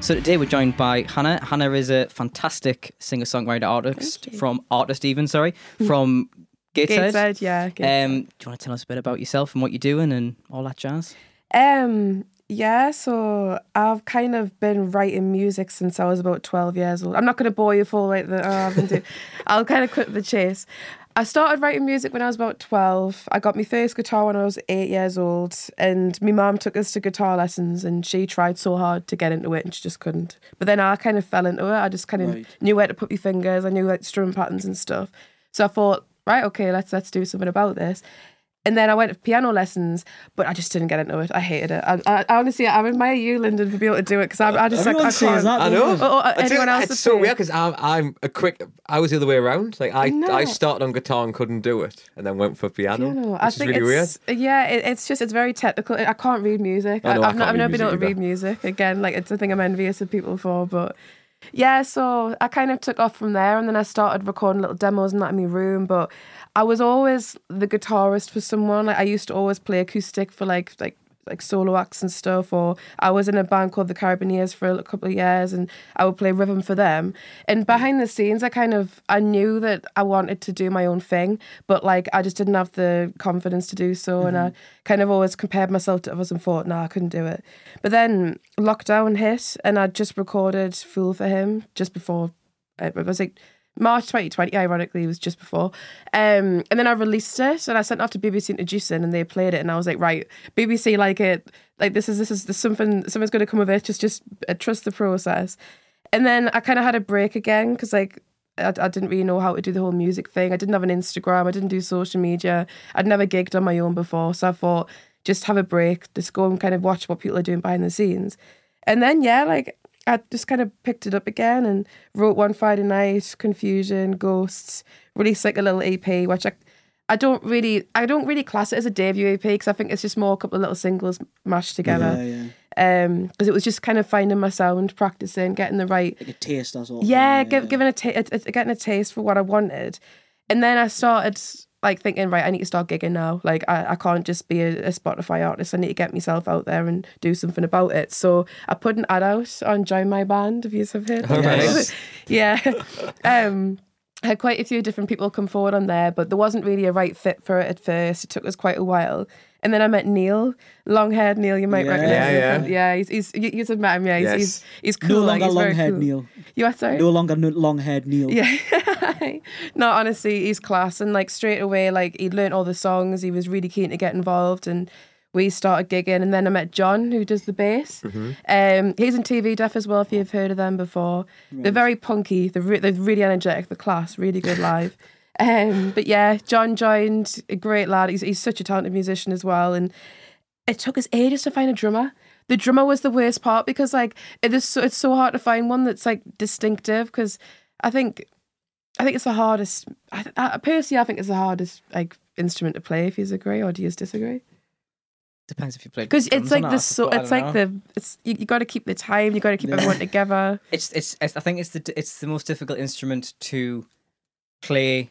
[SPEAKER 1] So today we're joined by Hannah. Hannah is a fantastic singer-songwriter artist
[SPEAKER 4] Thank you.
[SPEAKER 1] from artist even sorry from Gateshead.
[SPEAKER 4] Gateshead, yeah. Gateshead.
[SPEAKER 1] Um, do you want to tell us a bit about yourself and what you're doing and all that jazz?
[SPEAKER 4] Um, yeah, so I've kind of been writing music since I was about 12 years old. I'm not going to bore you full like the, oh, I've been doing, I'll kind of cut the chase. I started writing music when I was about 12. I got my first guitar when I was eight years old, and my mum took us to guitar lessons, and she tried so hard to get into it, and she just couldn't. But then I kind of fell into it. I just kind of
[SPEAKER 3] Right.
[SPEAKER 4] knew where to put my fingers. I knew like strum patterns and stuff. So I thought, right, okay, let's let's do something about this. And then I went to piano lessons, but I just didn't get into it. I hated it. I, I, I honestly, I admire you, Lyndon, for being able to do it because I, I just like, I
[SPEAKER 3] Everyone
[SPEAKER 4] can't.
[SPEAKER 3] says that.
[SPEAKER 5] I
[SPEAKER 3] don't
[SPEAKER 5] know.
[SPEAKER 3] they?
[SPEAKER 4] Oh, oh,
[SPEAKER 5] I do-
[SPEAKER 4] anyone else would
[SPEAKER 5] It's so
[SPEAKER 4] say.
[SPEAKER 5] weird because I'm, I'm a quick. I was the other way around. Like I,
[SPEAKER 4] know.
[SPEAKER 5] I started on guitar and couldn't do it, and then went for piano,
[SPEAKER 4] I don't know.
[SPEAKER 5] which
[SPEAKER 4] I
[SPEAKER 5] is
[SPEAKER 4] think
[SPEAKER 5] really weird.
[SPEAKER 4] it's yeah. It, it's just it's very technical. I can't read music.
[SPEAKER 5] I know, I
[SPEAKER 4] have not.
[SPEAKER 5] can't
[SPEAKER 4] I've
[SPEAKER 5] read
[SPEAKER 4] never been able
[SPEAKER 5] music
[SPEAKER 4] to read
[SPEAKER 5] either.
[SPEAKER 4] music again. Like it's a thing I'm envious of people for. But yeah, so I kind of took off from there, and then I started recording little demos and that in my room. But I was always the guitarist for someone. Like I used to always play acoustic for like like like solo acts and stuff or I was in a band called the Carabineers for a couple of years and I would play rhythm for them
[SPEAKER 5] Mm.
[SPEAKER 4] and behind the scenes I kind of I knew that I wanted to do my own thing but like I just didn't have the confidence to do so and I
[SPEAKER 5] Mm-hmm.
[SPEAKER 4] kind of always compared myself to others and thought nah I couldn't do it but then lockdown hit and I just recorded Fool for Him just before it was like March 2020, ironically, it was just before. Um, and then I released it and I sent it off to BBC Introducing and they played it and I was like, right, BBC like it, like this is this is this something something's gonna come of it, just just uh, trust the process. And then I kind of had a break again because like I, I didn't really know how to do the whole music thing. I didn't have an Instagram. I didn't do social media. I'd never gigged on my own before, so I thought just have a break, just go and kind of watch what people are doing behind the scenes. And then yeah, like I just kind of picked it up again and wrote one Friday night, Confusion, Ghosts, released like a little EP, which I I don't really I don't really class it as a debut EP because I think it's just more a couple of little singles mashed together.
[SPEAKER 3] Yeah, yeah.
[SPEAKER 4] Um, because it was just kind of finding my sound, practicing, getting the right
[SPEAKER 3] Like a taste, that's all.
[SPEAKER 4] yeah, gi- giving a, ta- a, a getting a taste for what I wanted, and then I started like thinking, right, I need to start gigging now. Like I, I can't just be a, a Spotify artist. I need to get myself out there and do something about it. So I put an ad out on Join My Band. If you have heard,
[SPEAKER 5] Oh,
[SPEAKER 4] that.
[SPEAKER 5] nice.
[SPEAKER 4] yeah. um, I had quite a few different people come forward on there, but there wasn't really a right fit for it at first. It took us quite a while. And then I met Neil, long haired Neil, you might
[SPEAKER 3] Yeah.
[SPEAKER 4] recognize
[SPEAKER 5] Yeah,
[SPEAKER 4] him.
[SPEAKER 5] yeah.
[SPEAKER 4] from- yeah he's, he's, you, you've met him, yeah. He's,
[SPEAKER 5] Yes.
[SPEAKER 4] he's, he's cool.
[SPEAKER 3] No
[SPEAKER 4] like,
[SPEAKER 3] longer
[SPEAKER 4] he's very
[SPEAKER 3] long haired
[SPEAKER 4] cool.
[SPEAKER 3] Neil.
[SPEAKER 4] You are sorry?
[SPEAKER 3] No longer long haired Neil.
[SPEAKER 4] Yeah. no, honestly, he's class. And like straight away, like he'd learnt all the songs. He was really keen to get involved and we started gigging. And then I met John, who does the bass. Um, he's in TV Def as well, if you've heard of them before. They're very punky. They're, re- they're really energetic. They're class. Really good live. um, but yeah, John joined. A great lad. He's, he's such a talented musician as well. And it took us ages to find a drummer. The drummer was the worst part because like it is so, it's so hard to find one that's like distinctive because I think I think it's the hardest. I, I, personally, I think it's the hardest like instrument to play. If you agree or do you disagree?
[SPEAKER 1] Depends if you play
[SPEAKER 4] Because it's
[SPEAKER 1] drums or
[SPEAKER 4] like
[SPEAKER 1] not,
[SPEAKER 4] the
[SPEAKER 1] I
[SPEAKER 4] so,
[SPEAKER 1] suppose, I
[SPEAKER 4] it's
[SPEAKER 1] don't
[SPEAKER 4] like
[SPEAKER 1] know.
[SPEAKER 4] the it's you, you got to keep the time. You got to keep
[SPEAKER 3] Yeah.
[SPEAKER 4] everyone together.
[SPEAKER 1] it's, it's it's I think it's the d- it's the most difficult instrument to play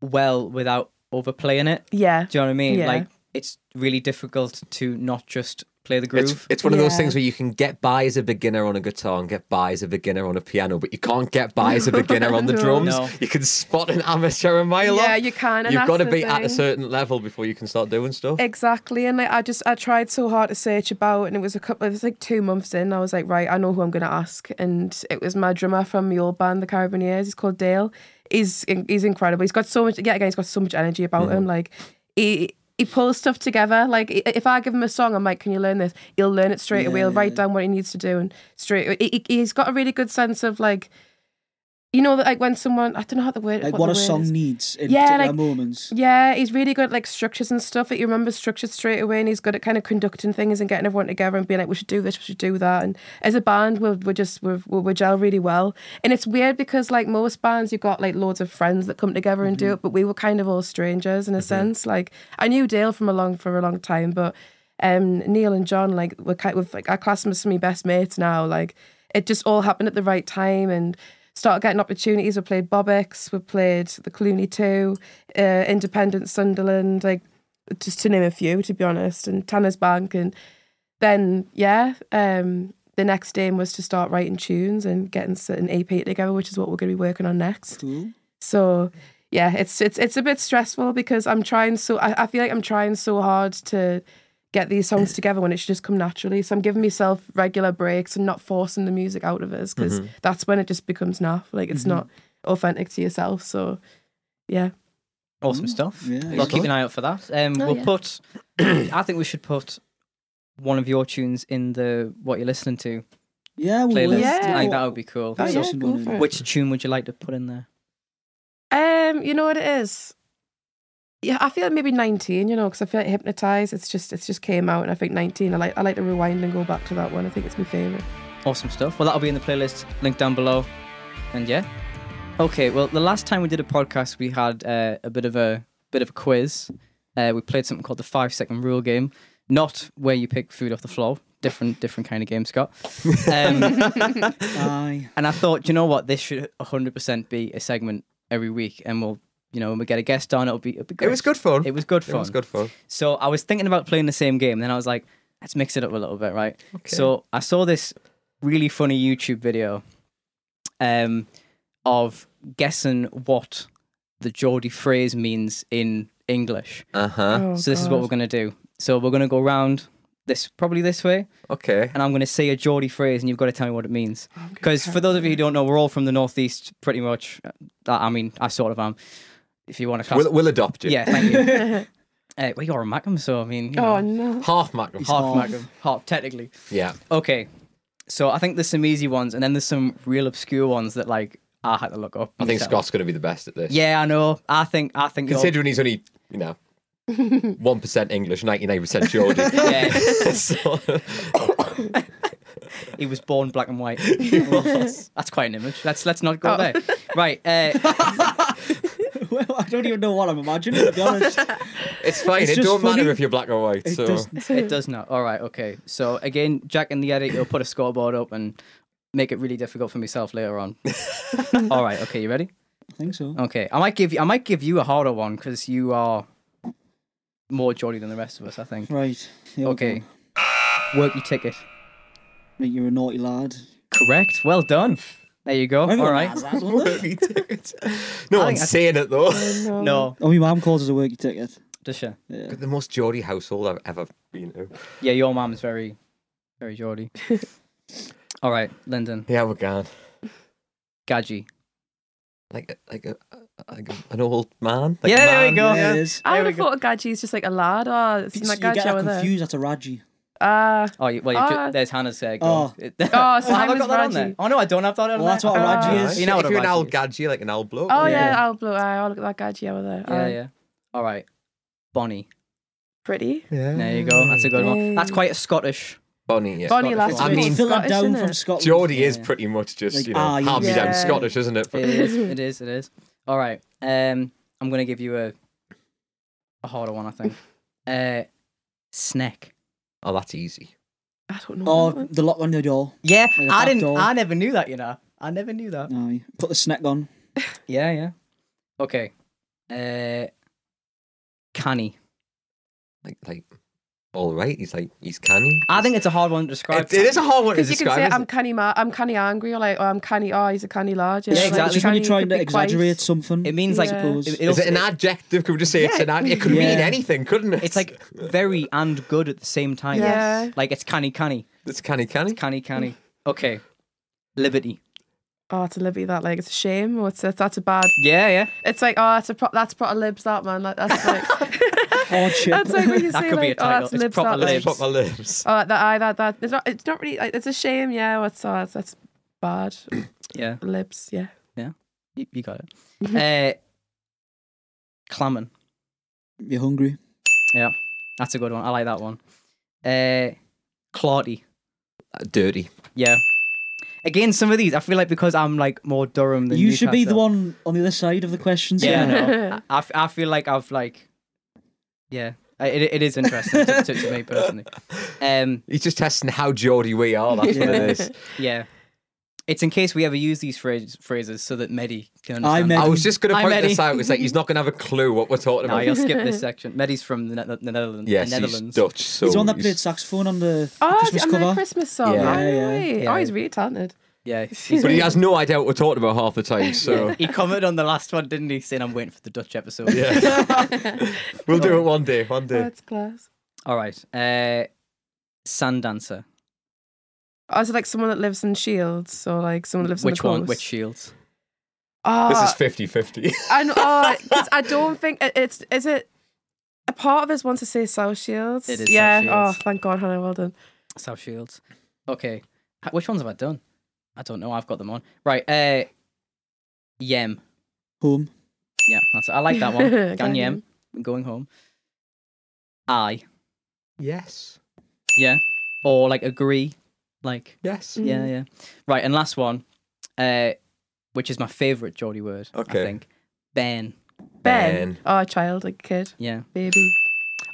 [SPEAKER 1] well without overplaying it.
[SPEAKER 4] Yeah,
[SPEAKER 1] Do you know what I mean?
[SPEAKER 4] Yeah.
[SPEAKER 1] Like it's really difficult to not just play the groove.
[SPEAKER 5] It's, it's one of those
[SPEAKER 4] Yeah.
[SPEAKER 5] things where you can get by as a beginner on a guitar and get by as a beginner on a piano, but you can't get by as a beginner on the
[SPEAKER 4] No.
[SPEAKER 5] drums.
[SPEAKER 1] No.
[SPEAKER 5] You can spot an amateur a mile
[SPEAKER 4] yeah,
[SPEAKER 5] off.
[SPEAKER 4] you can. And
[SPEAKER 5] You've
[SPEAKER 4] that's
[SPEAKER 5] got to
[SPEAKER 4] the
[SPEAKER 5] be at a
[SPEAKER 4] thing.
[SPEAKER 5] certain level before you can start doing stuff.
[SPEAKER 4] Exactly, and like I just I tried so hard to search about, and it was a couple. It was like two months in. I was like, right, I know who I'm gonna ask, and it was my drummer from the old band, the Carabineers. He's called
[SPEAKER 3] Mm-hmm.
[SPEAKER 4] Dale. He's in- he's incredible. He's got so much. Yeah, again, he's got so much energy about him. Like he. he pulls stuff together. Like i- if I give him a song, I'm like, "Can you learn this?" He'll learn it straight away. He'll write down what he needs to do and straight. He, he- he's got a really good sense of like, you know, that like when someone I don't know how the word
[SPEAKER 3] Like
[SPEAKER 4] what
[SPEAKER 3] what
[SPEAKER 4] the
[SPEAKER 3] a
[SPEAKER 4] word
[SPEAKER 3] song
[SPEAKER 4] is.
[SPEAKER 3] needs in
[SPEAKER 4] Yeah,
[SPEAKER 3] particular
[SPEAKER 4] like-
[SPEAKER 3] moments.
[SPEAKER 4] Yeah, he's really good at like structures and stuff. Like, he remembers structures straight away, and he's good at kind of conducting things and getting everyone together and being like, "We should do this, we should do that." And as a band, we're, we're just we're, we're we gel really well. And it's weird because like most bands, you've got like loads of friends that come together and do it, but we were kind of all strangers in a sense. Like I knew Dale from a long for a long time, but um, Neil and John like were kind of like our classmates, some of my best mates now. Like it just all happened at the right time and started getting opportunities. We played Bobix, we played the Clooney Two, uh, Independent Sunderland, like just to name a few, to be honest, and Tanner's Bank, and then yeah, um, the next aim was to start writing tunes and getting s- an EP together, which is what we're going to be working on next.
[SPEAKER 3] Cool.
[SPEAKER 4] So yeah, it's it's it's a bit stressful because I'm trying so I, I feel like I'm trying so hard to get these songs together when it should just come naturally. So I'm giving myself regular breaks and not forcing the music out of us
[SPEAKER 1] Mm-hmm.
[SPEAKER 4] because that's when it just becomes naff. Like it's not authentic to yourself. So yeah.
[SPEAKER 1] Awesome stuff.
[SPEAKER 3] yeah,
[SPEAKER 1] I'll keep an eye out for that. Um,
[SPEAKER 4] Oh,
[SPEAKER 1] we'll
[SPEAKER 4] yeah.
[SPEAKER 1] put. I think we should put one of your tunes in the what you're listening to
[SPEAKER 3] Yeah, we
[SPEAKER 1] playlist.
[SPEAKER 3] will.
[SPEAKER 4] Yeah.
[SPEAKER 1] I think that would be cool.
[SPEAKER 4] Oh,
[SPEAKER 3] That's
[SPEAKER 4] yeah,
[SPEAKER 3] awesome,
[SPEAKER 4] go
[SPEAKER 3] one.
[SPEAKER 4] for it.
[SPEAKER 1] Which tune would you like to put in there?
[SPEAKER 4] Um, you know what it is? Yeah, I feel like maybe 19, you know, because I feel like hypnotized. It's just it's just came out and I think 19. I like I like to rewind and go back to that one. I think it's my favourite.
[SPEAKER 1] Awesome stuff. Well, that'll be in the playlist, link down below. And yeah. Okay, well, the last time we did a podcast, we had uh, a bit of a bit of a quiz. Uh, we played something called the five second rule game, not where you pick food off the floor. Different, different kind of game, Scott. Um,
[SPEAKER 3] Aye.
[SPEAKER 1] and I thought, you know what, this should 100% be a segment every week, and we'll, you know, when we get a guest on, it'll be, it'll be great.
[SPEAKER 5] It was good fun.
[SPEAKER 1] It was good fun.
[SPEAKER 5] It was good fun.
[SPEAKER 1] So I was thinking about playing the same game, then I was like, let's mix it up a little bit, right? So I saw this really funny YouTube video um, of guessing what the Geordie phrase means in English.
[SPEAKER 5] Uh huh.
[SPEAKER 4] Oh,
[SPEAKER 1] so this is what
[SPEAKER 4] God.
[SPEAKER 1] we're going to do. So we're going to go round this, probably this way,
[SPEAKER 5] Okay.
[SPEAKER 1] and I'm going to say a Geordie phrase, and you've got to tell me what it means.
[SPEAKER 4] Oh,
[SPEAKER 1] Because for those of you who don't know, we're all from the northeast, pretty much. Uh, I mean, I sort of am. If you want to class,
[SPEAKER 5] We'll, we'll adopt you.
[SPEAKER 1] yeah, thank you. uh, well, you're a Macam, so I mean, you know,
[SPEAKER 4] Oh no.
[SPEAKER 5] Half Magnum.
[SPEAKER 1] half
[SPEAKER 3] Half.
[SPEAKER 1] Macam, half technically.
[SPEAKER 5] Yeah.
[SPEAKER 1] Okay, so I think there's some easy ones, and then there's some real obscure ones that like I had to look up.
[SPEAKER 5] I think
[SPEAKER 1] myself.
[SPEAKER 5] Scott's going to be the best at this.
[SPEAKER 1] Yeah, I know. I think I think you're-
[SPEAKER 5] Considering he's only, you know, 1% English, 99% Geordie.
[SPEAKER 1] Yeah,
[SPEAKER 5] So-
[SPEAKER 1] he was born black and white. That's quite an image. Let's let's not
[SPEAKER 5] Oh.
[SPEAKER 1] go there. Right. Uh,
[SPEAKER 3] well, I don't even know what I'm imagining, to be honest.
[SPEAKER 5] it's fine.
[SPEAKER 3] It's
[SPEAKER 5] it
[SPEAKER 3] just
[SPEAKER 5] don't matter
[SPEAKER 3] funny.
[SPEAKER 5] if you're black or white.
[SPEAKER 3] It
[SPEAKER 5] so
[SPEAKER 3] doesn't.
[SPEAKER 1] it does not. All right. Okay. So again, Jack in the edit, you'll put a scoreboard up and make it really difficult for myself later on. All right. Okay. You ready?
[SPEAKER 3] I think so.
[SPEAKER 1] Okay. I might give you. I might give you a harder one because you are more Geordie than the rest of us. I think.
[SPEAKER 3] Right. here we
[SPEAKER 1] Okay.
[SPEAKER 3] go.
[SPEAKER 1] Work your ticket.
[SPEAKER 3] Mate, you're a naughty lad.
[SPEAKER 1] Correct. Well done. There you go. Oh, All
[SPEAKER 3] Everyone
[SPEAKER 1] right.
[SPEAKER 3] has that, doesn't it?
[SPEAKER 5] no
[SPEAKER 1] I think
[SPEAKER 5] one's
[SPEAKER 1] I-
[SPEAKER 5] saying it though.
[SPEAKER 1] No.
[SPEAKER 3] Oh, my mum calls us a worky ticket.
[SPEAKER 1] Does she?
[SPEAKER 3] Yeah.
[SPEAKER 5] the most Geordie household I've ever been to.
[SPEAKER 1] uh, Yeah, your mum's very, very Geordie. All right, Lyndon.
[SPEAKER 5] Yeah, we can.
[SPEAKER 1] Gadgy.
[SPEAKER 5] Like, like, a, like a, an old man. Like
[SPEAKER 1] yeah,
[SPEAKER 5] a
[SPEAKER 1] there we
[SPEAKER 5] man.
[SPEAKER 1] go.
[SPEAKER 3] There it is.
[SPEAKER 4] I
[SPEAKER 1] There
[SPEAKER 4] would
[SPEAKER 1] we
[SPEAKER 4] have
[SPEAKER 1] go.
[SPEAKER 4] thought a gadgy is just like a lad or it's
[SPEAKER 3] You
[SPEAKER 4] not
[SPEAKER 3] get
[SPEAKER 4] gadgy
[SPEAKER 3] that
[SPEAKER 4] over there.
[SPEAKER 3] confused, that's a Raji.
[SPEAKER 4] Ah.
[SPEAKER 1] Oh, you- well, you ju-
[SPEAKER 4] Ah.
[SPEAKER 1] there's Hannah's there.
[SPEAKER 3] Oh.
[SPEAKER 1] Oh, oh
[SPEAKER 4] Oh,
[SPEAKER 1] have
[SPEAKER 4] so
[SPEAKER 1] I
[SPEAKER 4] mine
[SPEAKER 1] got
[SPEAKER 4] was
[SPEAKER 1] that on there?
[SPEAKER 4] Raji.
[SPEAKER 1] Oh no, I don't have that on
[SPEAKER 3] Well,
[SPEAKER 1] there. Uh,
[SPEAKER 3] that's what a
[SPEAKER 4] Ah.
[SPEAKER 3] Raji
[SPEAKER 5] Aye.
[SPEAKER 3] is.
[SPEAKER 1] You know what
[SPEAKER 5] if
[SPEAKER 1] a
[SPEAKER 5] you're an
[SPEAKER 1] Raji
[SPEAKER 5] old
[SPEAKER 1] is.
[SPEAKER 5] gadgy, like an old bloke.
[SPEAKER 4] Oh
[SPEAKER 3] Yeah.
[SPEAKER 4] yeah, I'll blow. I'll look at that gadgy over there. Uh,
[SPEAKER 1] Yeah,
[SPEAKER 4] Aye.
[SPEAKER 1] yeah. All right, Bonnie.
[SPEAKER 4] Pretty.
[SPEAKER 3] Mm.
[SPEAKER 5] yeah.
[SPEAKER 1] There you go. That's a good one.
[SPEAKER 4] Yay.
[SPEAKER 1] That's quite a Scottish.
[SPEAKER 5] Bonnie, yeah.
[SPEAKER 4] Bonnie
[SPEAKER 1] Scottish
[SPEAKER 4] last
[SPEAKER 5] one. I
[SPEAKER 4] week.
[SPEAKER 5] mean,
[SPEAKER 4] was
[SPEAKER 3] Philip
[SPEAKER 4] Scottish,
[SPEAKER 3] down
[SPEAKER 4] innit?
[SPEAKER 3] from Scotland.
[SPEAKER 5] Geordie is
[SPEAKER 1] Yeah.
[SPEAKER 5] pretty much just,
[SPEAKER 3] Like,
[SPEAKER 5] you know,
[SPEAKER 3] ah, yeah.
[SPEAKER 5] hand me down
[SPEAKER 4] Yeah.
[SPEAKER 5] Scottish, isn't it?
[SPEAKER 1] It is. it is. It is. All right. Um, I'm gonna give you a a harder one, I think. Uh, snack.
[SPEAKER 5] Oh, that's easy.
[SPEAKER 4] I don't know. that
[SPEAKER 3] Or
[SPEAKER 4] one.
[SPEAKER 3] Oh, the lock on the door.
[SPEAKER 1] Yeah,
[SPEAKER 3] Like a
[SPEAKER 1] I didn't.
[SPEAKER 3] backdoor.
[SPEAKER 1] I never knew that. You know, I never knew that.
[SPEAKER 3] Aye. Put the snack on.
[SPEAKER 1] Yeah, yeah. Okay. Uh canny.
[SPEAKER 5] Like, like, all right. He's like, he's canny.
[SPEAKER 1] I think it's a hard one to describe.
[SPEAKER 5] It- it is a hard one to
[SPEAKER 4] Because you could say
[SPEAKER 5] describe.
[SPEAKER 4] I'm canny, ma- I'm canny angry, or like oh, I'm canny. Oh, he's a canny lad. you
[SPEAKER 1] Yeah,
[SPEAKER 4] know,
[SPEAKER 1] exactly.
[SPEAKER 4] Like,
[SPEAKER 3] Just when
[SPEAKER 4] canny
[SPEAKER 3] you're trying
[SPEAKER 4] could
[SPEAKER 3] to
[SPEAKER 4] be quite-
[SPEAKER 3] exaggerate something.
[SPEAKER 1] It means like
[SPEAKER 4] Yeah.
[SPEAKER 1] it, it
[SPEAKER 5] Is
[SPEAKER 1] also-
[SPEAKER 5] it an adjective? Could we just say it's an ad? It could mean
[SPEAKER 3] Yeah.
[SPEAKER 5] anything, couldn't it?
[SPEAKER 1] it's like very and good at the same time.
[SPEAKER 4] Yeah.
[SPEAKER 1] Like it's canny canny.
[SPEAKER 5] it's canny canny.
[SPEAKER 1] Canny canny. Okay. Liberty.
[SPEAKER 4] Oh, to Libby, that like it's a shame. Or it's that's, that's a bad.
[SPEAKER 1] Yeah, yeah.
[SPEAKER 4] It's like oh, that's a pro- that's a prot of libs, that man. Like, that's like
[SPEAKER 3] hardship.
[SPEAKER 4] That's like when you
[SPEAKER 1] That
[SPEAKER 4] say
[SPEAKER 1] could be
[SPEAKER 4] like,
[SPEAKER 1] a
[SPEAKER 4] oh,
[SPEAKER 1] title.
[SPEAKER 4] that's
[SPEAKER 1] It's
[SPEAKER 4] libs,
[SPEAKER 1] proper
[SPEAKER 4] that
[SPEAKER 1] libs.
[SPEAKER 5] Pop my lips.
[SPEAKER 4] Oh, that I that that it's not it's not really like, it's a shame. Yeah, what's uh, that's bad
[SPEAKER 1] Yeah,
[SPEAKER 4] libs. Yeah,
[SPEAKER 1] you, you got it. uh, clamming.
[SPEAKER 3] You're hungry.
[SPEAKER 1] That's a good one. I like that one. Uh, clarty.
[SPEAKER 5] Uh, Dirty.
[SPEAKER 1] Yeah. Again, some of these I feel like because I'm like more Durham than
[SPEAKER 3] you should be the
[SPEAKER 1] Newcastle,
[SPEAKER 3] one on the other side of the questions.
[SPEAKER 1] Yeah,
[SPEAKER 3] here.
[SPEAKER 1] no. I, f- I feel like I've like, yeah, I- it, it is interesting to, to, to me personally. Um,
[SPEAKER 5] He's just testing how Geordie we are. That's what it is.
[SPEAKER 1] yeah, it's in case we ever use these phrase, phrases so that Medi can
[SPEAKER 3] I
[SPEAKER 1] understand.
[SPEAKER 3] meant-
[SPEAKER 5] I was just going to
[SPEAKER 1] Hi,
[SPEAKER 5] point
[SPEAKER 1] Maddie.
[SPEAKER 5] this out. It's like he's not going to have a clue what we're talking
[SPEAKER 1] no,
[SPEAKER 5] about.
[SPEAKER 1] you'll skip this section. Medi's from the, Ne- the Netherlands.
[SPEAKER 5] yes,
[SPEAKER 1] the
[SPEAKER 5] he's
[SPEAKER 1] Netherlands.
[SPEAKER 5] Dutch. So
[SPEAKER 3] He's the one that played
[SPEAKER 5] he's-
[SPEAKER 3] saxophone on the
[SPEAKER 4] Oh,
[SPEAKER 3] Christmas
[SPEAKER 4] on
[SPEAKER 3] cover.
[SPEAKER 4] the Christmas song.
[SPEAKER 5] Yeah.
[SPEAKER 4] Yeah,
[SPEAKER 3] Yeah, yeah.
[SPEAKER 1] Yeah.
[SPEAKER 4] Oh, he's really talented.
[SPEAKER 1] Yeah, he's-
[SPEAKER 5] But he has no idea what we're talking about half the time. So
[SPEAKER 1] he commented on the last one, didn't he? Saying I'm waiting for the Dutch episode.
[SPEAKER 5] we'll do it one day. One day.
[SPEAKER 4] That's Oh, class.
[SPEAKER 1] All right. Uh, sand dancer.
[SPEAKER 4] Oh, is it like someone that lives in Shields or like someone that lives
[SPEAKER 1] Which
[SPEAKER 4] in the
[SPEAKER 1] one?
[SPEAKER 4] coast?
[SPEAKER 1] Which shields?
[SPEAKER 4] Oh,
[SPEAKER 5] This is 50 50.
[SPEAKER 4] I know, oh, 'cause I don't think it, it's is it. A part of us wants to say South Shields.
[SPEAKER 1] It is South
[SPEAKER 4] Yeah.
[SPEAKER 1] Shields.
[SPEAKER 4] Oh, thank God, Hannah. Well done.
[SPEAKER 1] South Shields. Okay. H- Which ones have I done? I don't know. I've got them on. Right. Uh, Yem.
[SPEAKER 3] Home.
[SPEAKER 1] Yeah, that's I like that one. Gan
[SPEAKER 4] Gan
[SPEAKER 1] Yem. Going home. I.
[SPEAKER 5] yes.
[SPEAKER 1] Yeah. Or like agree. Like
[SPEAKER 5] Yes.
[SPEAKER 1] yeah, yeah. Right, and last one, uh, which is my favourite Geordie word. I
[SPEAKER 5] Okay.
[SPEAKER 1] think. Ben.
[SPEAKER 4] Ben.
[SPEAKER 5] Ben.
[SPEAKER 4] Oh, child, like kid,
[SPEAKER 1] Yeah.
[SPEAKER 4] baby.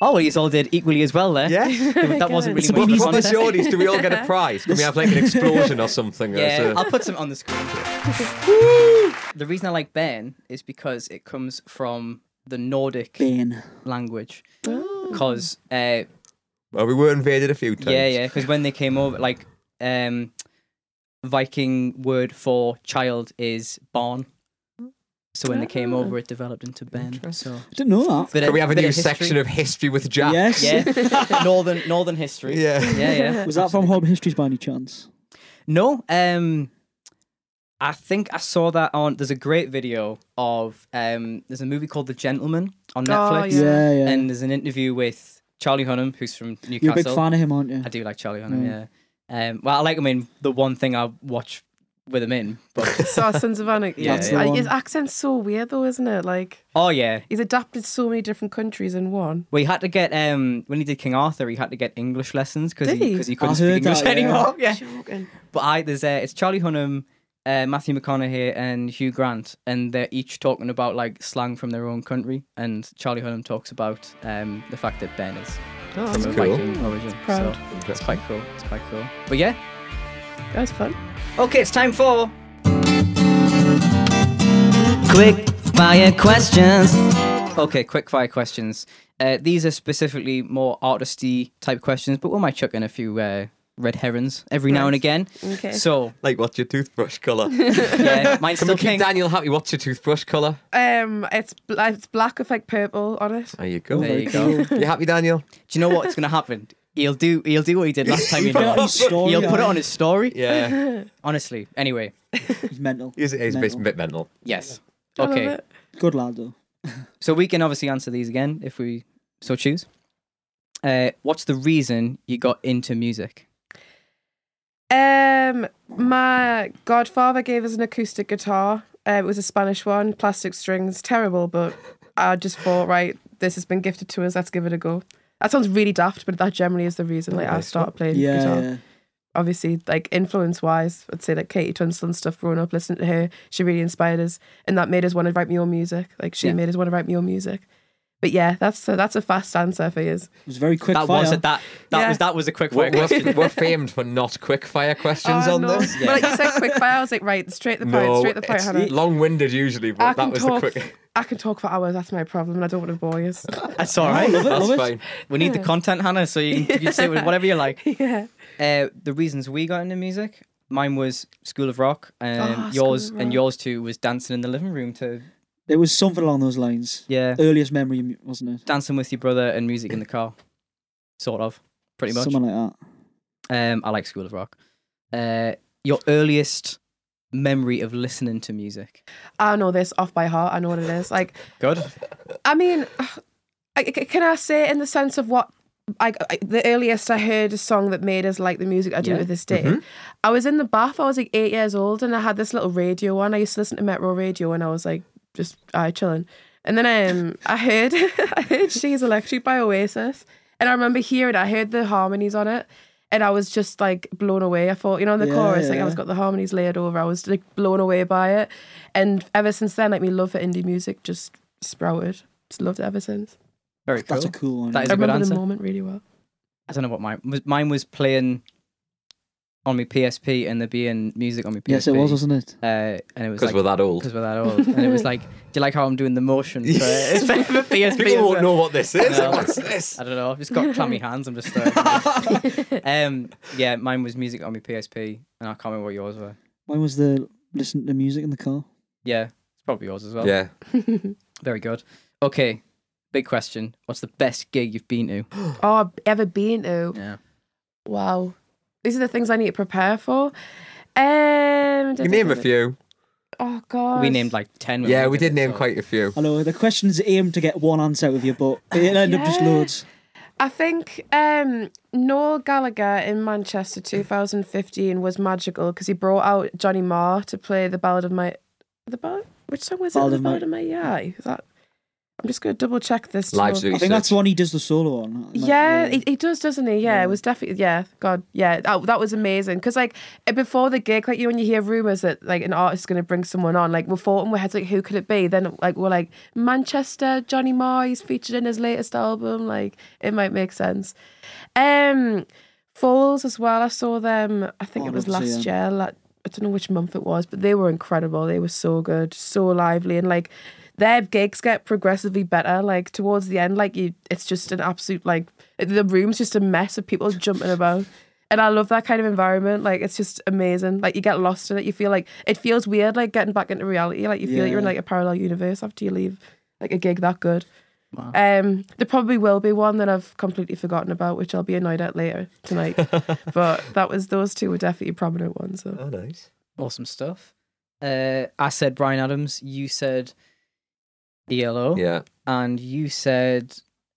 [SPEAKER 1] Oh, well, you all did equally as well there.
[SPEAKER 5] Yeah.
[SPEAKER 1] that wasn't really much
[SPEAKER 5] But
[SPEAKER 1] of a
[SPEAKER 5] from the
[SPEAKER 1] contest.
[SPEAKER 5] Geordies, do we all get a prize? Can we have like an explosion or something? As
[SPEAKER 1] Yeah,
[SPEAKER 5] a-
[SPEAKER 1] I'll put some on the screen. the reason I like Ben is because it comes from the Nordic
[SPEAKER 3] Ben.
[SPEAKER 1] language. Because uh,
[SPEAKER 5] well, we were invaded a few times.
[SPEAKER 1] yeah, yeah, because when they came over, like um, Viking word for child is barn. So when they came over, it developed into Ben. So
[SPEAKER 3] I didn't know that.
[SPEAKER 1] Bit
[SPEAKER 5] Can
[SPEAKER 1] of-
[SPEAKER 5] we have a
[SPEAKER 1] bit
[SPEAKER 5] new
[SPEAKER 1] of history.
[SPEAKER 5] section of history with Jack?
[SPEAKER 3] Yes.
[SPEAKER 1] Yeah, northern northern history.
[SPEAKER 5] Yeah.
[SPEAKER 1] yeah, yeah.
[SPEAKER 3] Was that from Home Histories by any chance?
[SPEAKER 1] No, um I think I saw that on there's a great video of um there's a movie called The Gentleman on
[SPEAKER 4] Oh,
[SPEAKER 1] Netflix.
[SPEAKER 4] Yeah.
[SPEAKER 3] Yeah, yeah.
[SPEAKER 1] And there's an interview with Charlie Hunnam, who's from Newcastle.
[SPEAKER 3] You're a big fan of him, aren't you?
[SPEAKER 1] I do like Charlie Hunnam, yeah. Um well I like him in the one thing I watch with him in, but
[SPEAKER 4] So Sons of Anarchy.
[SPEAKER 1] Yeah,
[SPEAKER 3] That's
[SPEAKER 1] yeah.
[SPEAKER 3] the
[SPEAKER 4] Uh,
[SPEAKER 3] one.
[SPEAKER 4] His accent's so weird though, isn't it? Like
[SPEAKER 1] oh yeah.
[SPEAKER 4] he's adapted so many different countries in one.
[SPEAKER 1] We had to get um when he did King Arthur, he had to get English lessons because
[SPEAKER 4] Did
[SPEAKER 1] he
[SPEAKER 4] he?
[SPEAKER 1] because he
[SPEAKER 3] I
[SPEAKER 1] couldn't speak
[SPEAKER 3] heard that,
[SPEAKER 1] English
[SPEAKER 3] yeah.
[SPEAKER 1] anymore. Yeah,
[SPEAKER 4] Joking.
[SPEAKER 1] But I there's uh, it's Charlie Hunnam, uh, Matthew McConaughey, and Hugh Grant, and they're each talking about like slang from their own country. And Charlie Hunnam talks about um, the fact that Ben is
[SPEAKER 5] That's
[SPEAKER 1] from a
[SPEAKER 5] cool.
[SPEAKER 1] Viking origin.
[SPEAKER 4] proud.
[SPEAKER 1] So it's quite cool. It's quite cool. But yeah,
[SPEAKER 4] That was fun.
[SPEAKER 1] okay, it's time for
[SPEAKER 2] Quick fire questions.
[SPEAKER 1] okay quick fire questions. Uh, these are specifically more artisty type questions, but we might chuck in a few uh, red herrings every now and again.
[SPEAKER 4] Okay.
[SPEAKER 1] So
[SPEAKER 5] Like, what's your toothbrush colour?
[SPEAKER 1] yeah, mine's
[SPEAKER 5] Can we
[SPEAKER 1] still
[SPEAKER 5] keep
[SPEAKER 1] pink.
[SPEAKER 5] Daniel happy? What's your toothbrush colour?
[SPEAKER 4] Um, it's bl- it's black with like purple on it.
[SPEAKER 5] There you go.
[SPEAKER 1] There you go.
[SPEAKER 5] You happy, Daniel?
[SPEAKER 1] Do you know what's gonna happen? He'll do. He'll do what he did last time. He
[SPEAKER 3] Put it on his
[SPEAKER 1] lost.
[SPEAKER 3] story,
[SPEAKER 1] He'll put it
[SPEAKER 3] guy.
[SPEAKER 1] on his story.
[SPEAKER 5] Yeah.
[SPEAKER 1] Honestly. Anyway.
[SPEAKER 3] He's mental.
[SPEAKER 5] He's, he's a bit,
[SPEAKER 3] Mental.
[SPEAKER 5] bit mental.
[SPEAKER 1] Yes.
[SPEAKER 4] I love
[SPEAKER 1] Okay.
[SPEAKER 4] it.
[SPEAKER 3] Good lad though.
[SPEAKER 1] So we can obviously answer these again if we so choose. Uh, what's the reason you got into music?
[SPEAKER 4] Um, my godfather gave us an acoustic guitar. Uh, it was a Spanish one, plastic strings, terrible, but I just thought, right, this has been gifted to us. Let's give it a go. That sounds really daft, but that generally is the reason like I started playing
[SPEAKER 3] Yeah,
[SPEAKER 4] guitar.
[SPEAKER 3] yeah.
[SPEAKER 4] Obviously, like influence wise, I'd say like Katie Tunstall and stuff. Growing up, listening to her, she really inspired us, and that made us want to write more music. Like she
[SPEAKER 1] Yeah.
[SPEAKER 4] made us want to write more music. But yeah, that's a, that's a fast answer for you.
[SPEAKER 3] It was very quick
[SPEAKER 1] That
[SPEAKER 3] fire.
[SPEAKER 1] was a, that. That
[SPEAKER 4] Yeah.
[SPEAKER 1] was that was a quick
[SPEAKER 5] We're,
[SPEAKER 1] one.
[SPEAKER 5] we're, we're famed for not quick fire questions
[SPEAKER 1] Uh,
[SPEAKER 5] on this.
[SPEAKER 4] Oh, Well, like you said, quick fire. I was like, right, straight to the point, straight to the point,
[SPEAKER 5] it's
[SPEAKER 4] Hannah.
[SPEAKER 5] long-winded usually, but
[SPEAKER 4] I
[SPEAKER 5] that
[SPEAKER 4] can
[SPEAKER 5] was
[SPEAKER 4] talk.
[SPEAKER 5] the quick.
[SPEAKER 4] I can talk for hours. That's my problem, and I don't want to bore you.
[SPEAKER 1] That's all right.
[SPEAKER 3] Oh, Love it,
[SPEAKER 5] That's
[SPEAKER 3] love it.
[SPEAKER 5] fine.
[SPEAKER 1] We need the content, Hannah. So you can, you can say whatever you like.
[SPEAKER 4] yeah.
[SPEAKER 1] Uh, the reasons we got into music. Mine was School of Rock, and
[SPEAKER 4] Oh, School
[SPEAKER 1] yours
[SPEAKER 4] of
[SPEAKER 1] and
[SPEAKER 4] Rock.
[SPEAKER 1] yours too was dancing in the living room to
[SPEAKER 3] It was something along those lines.
[SPEAKER 1] yeah,
[SPEAKER 3] Earliest memory, wasn't it?
[SPEAKER 1] dancing with your brother and music in the car, sort of, pretty much.
[SPEAKER 3] Something like that.
[SPEAKER 1] Um, I like School of Rock. Uh, your earliest memory of listening to music?
[SPEAKER 4] I know this off by heart. I know what it is. Like,
[SPEAKER 1] Good.
[SPEAKER 4] I mean, I, c- can I say in the sense of what I, I- the earliest I heard a song that made us like the music I do
[SPEAKER 1] Yeah.
[SPEAKER 4] to this day.
[SPEAKER 3] Mm-hmm.
[SPEAKER 4] I was in the bath. I was like eight years old, and I had this little radio on. I used to listen to Metro Radio, and I was like just I chilling. And then um, I heard I heard "She's Electric" by Oasis, and I remember hearing. I heard the harmonies on it, and I was just like blown away. I thought, you know, in the
[SPEAKER 3] Yeah,
[SPEAKER 4] chorus, like I
[SPEAKER 3] yeah.
[SPEAKER 4] was got the harmonies layered over. I was like blown away by it, and ever since then, like my love for indie music just sprouted. Just loved it ever since.
[SPEAKER 1] Very cool.
[SPEAKER 3] That's a cool one.
[SPEAKER 1] That is
[SPEAKER 4] I
[SPEAKER 1] a good
[SPEAKER 4] remember
[SPEAKER 1] answer.
[SPEAKER 4] the moment really well.
[SPEAKER 1] I don't know what mine was. Mine was playing on my PSP and there being music on my PSP.
[SPEAKER 3] yes, it was, wasn't it?
[SPEAKER 1] Uh, and it was
[SPEAKER 5] because
[SPEAKER 1] like
[SPEAKER 5] we're that old.
[SPEAKER 1] because we're that old, and it was like, do you like how I'm doing the motion? For, it's for PSP.
[SPEAKER 5] People won't know what this is.
[SPEAKER 1] No.
[SPEAKER 5] What's this?
[SPEAKER 1] I don't know. I've just got clammy hands. I'm just. throwing- um. Yeah, mine was music on my PSP, and I can't remember what yours were.
[SPEAKER 3] Mine was the listen to music in the car.
[SPEAKER 1] Yeah, it's probably yours as well.
[SPEAKER 5] Yeah.
[SPEAKER 1] Very good. Okay, big question. What's the best gig you've been to?
[SPEAKER 4] Oh, I've ever been to.
[SPEAKER 1] Yeah.
[SPEAKER 4] Wow. These are the things I need to prepare for. Um,
[SPEAKER 5] You name a few.
[SPEAKER 4] Oh God.
[SPEAKER 1] We named like ten. when
[SPEAKER 5] Yeah,
[SPEAKER 1] were
[SPEAKER 5] we did
[SPEAKER 1] given it,
[SPEAKER 5] name
[SPEAKER 1] so-
[SPEAKER 5] quite a few.
[SPEAKER 3] I know the questions aim to get one answer out of you, but it ended up just
[SPEAKER 4] Yeah.
[SPEAKER 3] loads.
[SPEAKER 4] I think um, Noel Gallagher in Manchester 2015 was magical because he brought out Johnny Marr to play the Ballad of My the Ballad. Which song was
[SPEAKER 3] Ballad
[SPEAKER 4] it? The
[SPEAKER 3] of My-
[SPEAKER 4] Ballad of My Eye. Is that? I'm just going to double check this.
[SPEAKER 5] Live
[SPEAKER 4] till-
[SPEAKER 5] Zoo.
[SPEAKER 3] I think that's the one he does the solo on. Like,
[SPEAKER 4] Yeah, he, he does, doesn't he? Yeah,
[SPEAKER 3] Yeah.
[SPEAKER 4] it was definitely yeah. God, yeah, that, that was amazing. Because like eh, before the gig, like you when you hear rumors that like an artist is going to bring someone on, like we're thought in our heads like who could it be? Then like we're like Manchester Johnny Marr, he's featured in his latest album. Like it might make sense. Um, Falls as well. I saw them. I think
[SPEAKER 3] Oh,
[SPEAKER 4] it
[SPEAKER 3] I'd
[SPEAKER 4] was
[SPEAKER 3] love to see
[SPEAKER 4] last
[SPEAKER 3] them.
[SPEAKER 4] year. Like, I don't know which month it was, but they were incredible. They were so good, so lively, and like their gigs get progressively better. Like towards the end, like you, it's just an absolute like the room's just a mess of people jumping about. And I love that kind of environment. Like it's just amazing. Like you get lost in it. You feel like it feels weird, like getting back into reality. Like you feel like you're in
[SPEAKER 3] Yeah.
[SPEAKER 4] like a parallel universe after you leave like a gig that good. Um, there probably will be one that I've completely forgotten about, which I'll be annoyed at later tonight. but that was those two were definitely prominent ones. So.
[SPEAKER 5] Oh, nice.
[SPEAKER 1] Awesome stuff. Uh, I said Brian Adams. You said ELO,
[SPEAKER 5] Yeah.
[SPEAKER 1] and you said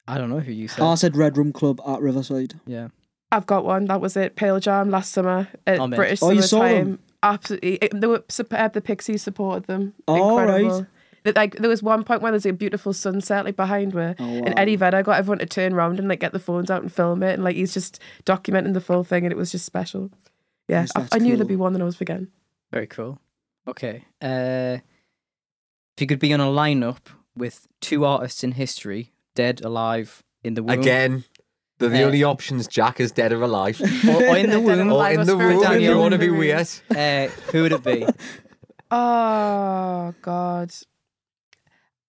[SPEAKER 1] I don't know who you said.
[SPEAKER 3] I said Red Room Club at Riverside.
[SPEAKER 1] yeah.
[SPEAKER 4] I've got one. That was it. Pale Jam last summer at
[SPEAKER 1] Oh, man.
[SPEAKER 4] British
[SPEAKER 3] Oh,
[SPEAKER 4] Summer
[SPEAKER 3] you saw
[SPEAKER 4] Time.
[SPEAKER 3] them?
[SPEAKER 4] Absolutely, it- they were superb. The Pixies supported them.
[SPEAKER 3] Oh,
[SPEAKER 4] Incredible.
[SPEAKER 3] right.
[SPEAKER 4] That, Like there was one point where there's a beautiful sunset like behind where
[SPEAKER 3] Oh,
[SPEAKER 4] and
[SPEAKER 3] wow.
[SPEAKER 4] Eddie Vedder got everyone to turn around and like get the phones out and film it and like he's just documenting the full thing and it was just special. Yeah,
[SPEAKER 3] Yes,
[SPEAKER 4] I,
[SPEAKER 3] that's
[SPEAKER 4] I knew
[SPEAKER 3] cool.
[SPEAKER 4] there'd be one that I was forgetting.
[SPEAKER 1] Very cool. Okay. Uh, if you could be on a lineup with two artists in history, dead, alive, in the womb,
[SPEAKER 5] Again, they're the
[SPEAKER 1] Yeah.
[SPEAKER 5] only options. Jack is dead or alive.
[SPEAKER 1] or, or in the
[SPEAKER 4] Dead
[SPEAKER 1] womb,
[SPEAKER 4] or
[SPEAKER 5] or in
[SPEAKER 4] Alive
[SPEAKER 5] the
[SPEAKER 4] Spirit
[SPEAKER 5] room if
[SPEAKER 1] Daniel.
[SPEAKER 5] you want to be weird.
[SPEAKER 1] uh, who would it be?
[SPEAKER 4] Oh God,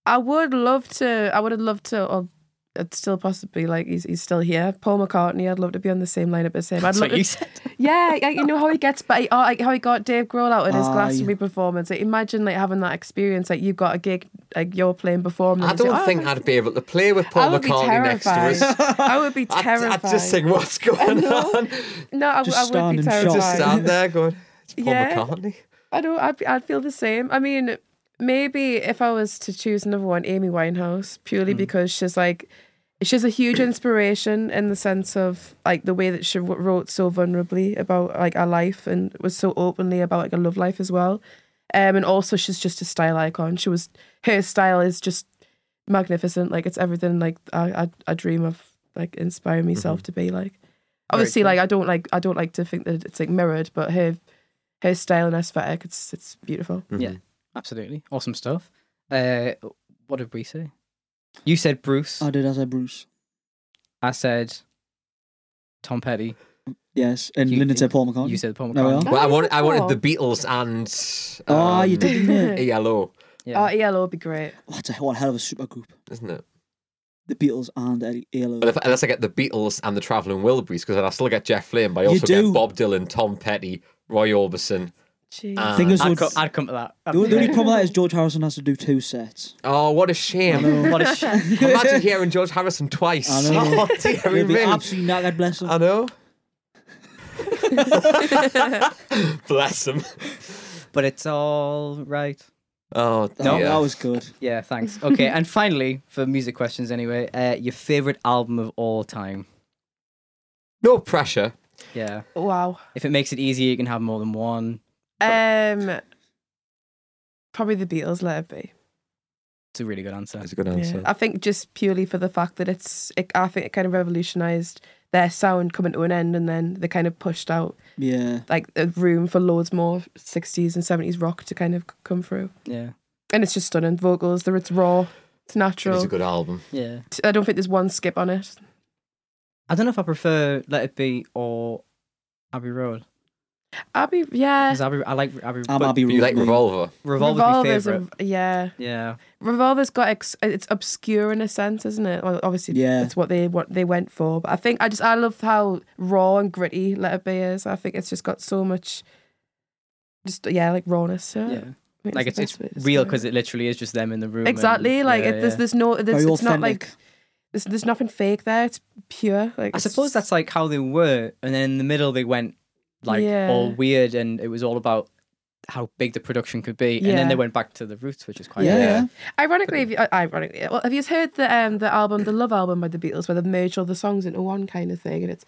[SPEAKER 4] I would love to. I would have loved to. Or it's still possibly like he's he's still here. Paul McCartney. I'd love to be on the same lineup as him. I'd
[SPEAKER 1] That's
[SPEAKER 4] love
[SPEAKER 1] what you
[SPEAKER 4] to,
[SPEAKER 1] said.
[SPEAKER 4] yeah, like, you know how he gets, but oh, like, how he got Dave Grohl out in his
[SPEAKER 3] Ah,
[SPEAKER 4] Glastonbury performance. Like, imagine like having that experience. Like you've got a gig, like you're playing before him. and
[SPEAKER 5] I
[SPEAKER 4] you say,
[SPEAKER 5] don't
[SPEAKER 4] "Oh,
[SPEAKER 5] think
[SPEAKER 4] I
[SPEAKER 5] I'd be able to play with Paul
[SPEAKER 4] would be
[SPEAKER 5] McCartney next to
[SPEAKER 4] terrified.
[SPEAKER 5] us.
[SPEAKER 4] I would be
[SPEAKER 5] I'd,
[SPEAKER 4] terrified.
[SPEAKER 5] I'd just think, what's going on?
[SPEAKER 4] no, I,
[SPEAKER 3] Just
[SPEAKER 4] I would
[SPEAKER 3] stand
[SPEAKER 4] be
[SPEAKER 3] in shock.
[SPEAKER 4] terrified.
[SPEAKER 3] Just
[SPEAKER 5] Just stand there going, it's Paul
[SPEAKER 4] Yeah.
[SPEAKER 5] McCartney.
[SPEAKER 4] I know. I'd, be- I'd feel the same. I mean, maybe if I was to choose another one, Amy Winehouse, purely because she's like, she's a huge inspiration in the sense of like the way that she w- wrote so vulnerably about like her life and was so openly about like a love life as well. Um, and also she's just a style icon. She was her style is just magnificent. Like it's everything like I I, I dream of like inspiring myself to be like. Obviously,
[SPEAKER 1] cool.
[SPEAKER 4] like I don't like I don't like to think that it's like mirrored, but her her style and aesthetic, it's it's beautiful.
[SPEAKER 1] Yeah, absolutely. Awesome stuff. Uh, what did we say? You said Bruce.
[SPEAKER 4] Oh.
[SPEAKER 3] I did. I said Bruce.
[SPEAKER 1] I said Tom Petty.
[SPEAKER 3] Yes, and
[SPEAKER 1] You-
[SPEAKER 3] Linda said Paul McCartney.
[SPEAKER 1] You said Paul
[SPEAKER 3] No, we
[SPEAKER 1] McCartney.
[SPEAKER 3] are.
[SPEAKER 5] Well, I
[SPEAKER 4] Oh, is
[SPEAKER 5] wanted,
[SPEAKER 4] it
[SPEAKER 5] I
[SPEAKER 4] Paul?
[SPEAKER 5] wanted the Beatles and
[SPEAKER 3] Oh, you
[SPEAKER 5] um,
[SPEAKER 3] did, didn't you?
[SPEAKER 5] ELO,
[SPEAKER 1] yeah.
[SPEAKER 4] Oh, ELO would be great.
[SPEAKER 3] What a what a hell of a super group.
[SPEAKER 5] isn't it?
[SPEAKER 3] The Beatles and Eddie ELO.
[SPEAKER 5] But if, unless I get the Beatles and the Travelling Wilburys, because I still get Jeff Lynne, but I
[SPEAKER 3] You
[SPEAKER 5] also get
[SPEAKER 3] do.
[SPEAKER 5] Bob Dylan, Tom Petty, Roy Orbison.
[SPEAKER 4] Jeez.
[SPEAKER 5] and-
[SPEAKER 3] Thing is,
[SPEAKER 1] I'd,
[SPEAKER 3] would-
[SPEAKER 1] co- I'd come to that. That'd
[SPEAKER 3] the,
[SPEAKER 1] be
[SPEAKER 3] the only
[SPEAKER 1] great.
[SPEAKER 3] problem with that is George Harrison has to do two sets.
[SPEAKER 5] oh, what a shame.
[SPEAKER 1] what a shame.
[SPEAKER 5] Imagine hearing George Harrison twice.
[SPEAKER 3] I know.
[SPEAKER 5] Oh, dear
[SPEAKER 3] He'll be
[SPEAKER 5] me. Um,
[SPEAKER 3] absolutely knackered, bless him.
[SPEAKER 5] I know. Bless him.
[SPEAKER 1] But it's all right.
[SPEAKER 5] Oh,
[SPEAKER 3] No,
[SPEAKER 5] dear.
[SPEAKER 3] that was good.
[SPEAKER 1] Yeah, thanks. Okay, and finally, for music questions anyway, uh, your favorite album of all time.
[SPEAKER 5] no pressure.
[SPEAKER 1] Yeah.
[SPEAKER 4] Wow.
[SPEAKER 1] If it makes it easier, you can have more than one.
[SPEAKER 4] Um, probably the Beatles. Let it be.
[SPEAKER 1] It's a really good answer.
[SPEAKER 5] That's a good answer.
[SPEAKER 4] I think just purely for the fact that it's, it, I think it kind of revolutionised their sound coming to an end, and then they kind of pushed out
[SPEAKER 3] Yeah.
[SPEAKER 4] like a room for loads more sixties and seventies rock to kind of c- come through.
[SPEAKER 1] Yeah.
[SPEAKER 4] And it's just stunning vocals. There, it's raw, it's
[SPEAKER 5] It is
[SPEAKER 4] natural.
[SPEAKER 5] a good album.
[SPEAKER 1] Yeah.
[SPEAKER 4] T- I don't think there's one skip on it.
[SPEAKER 1] I don't know if I prefer Let It Be or Abbey Road.
[SPEAKER 4] Abby, yeah,
[SPEAKER 1] 'Cause Abbey, I like Abbey
[SPEAKER 3] I'm
[SPEAKER 1] but
[SPEAKER 3] Abbey
[SPEAKER 5] You like
[SPEAKER 3] Road.
[SPEAKER 5] Revolver?
[SPEAKER 1] Revolver's my
[SPEAKER 4] Revolver's
[SPEAKER 1] favorite.
[SPEAKER 4] a- yeah,
[SPEAKER 1] Yeah.
[SPEAKER 4] Revolver's got ex- it's obscure in a sense, isn't it? Well, obviously,
[SPEAKER 3] Yeah.
[SPEAKER 4] that's what they what they went for. But I think I just I love how raw and gritty Let It Be is. I think it's just got so much, just yeah, like rawness. Yeah,
[SPEAKER 1] Yeah.
[SPEAKER 4] I think
[SPEAKER 1] Like it's
[SPEAKER 4] the
[SPEAKER 1] it's
[SPEAKER 4] best way to
[SPEAKER 1] real
[SPEAKER 4] describe
[SPEAKER 1] because it literally is just them in the room.
[SPEAKER 4] it. exactly
[SPEAKER 1] and-
[SPEAKER 4] like
[SPEAKER 1] yeah,
[SPEAKER 4] it, there's
[SPEAKER 1] yeah.
[SPEAKER 4] there's no there's,
[SPEAKER 3] Very
[SPEAKER 4] it's not
[SPEAKER 3] authentic.
[SPEAKER 4] like there's, there's nothing fake there. It's pure. Like
[SPEAKER 1] I
[SPEAKER 4] it's
[SPEAKER 1] suppose
[SPEAKER 4] just-
[SPEAKER 1] that's like how they were, and then in the middle they went like
[SPEAKER 4] Yeah.
[SPEAKER 1] all weird, and it was all about how big the production could be, and
[SPEAKER 4] Yeah.
[SPEAKER 1] then they went back to the roots, which is quite
[SPEAKER 3] Yeah,
[SPEAKER 1] cool.
[SPEAKER 3] yeah.
[SPEAKER 4] Ironically, have you, uh, ironically, well, have you heard the um the album, the Love album by the Beatles, where they merged all the songs into one kind of thing, and it's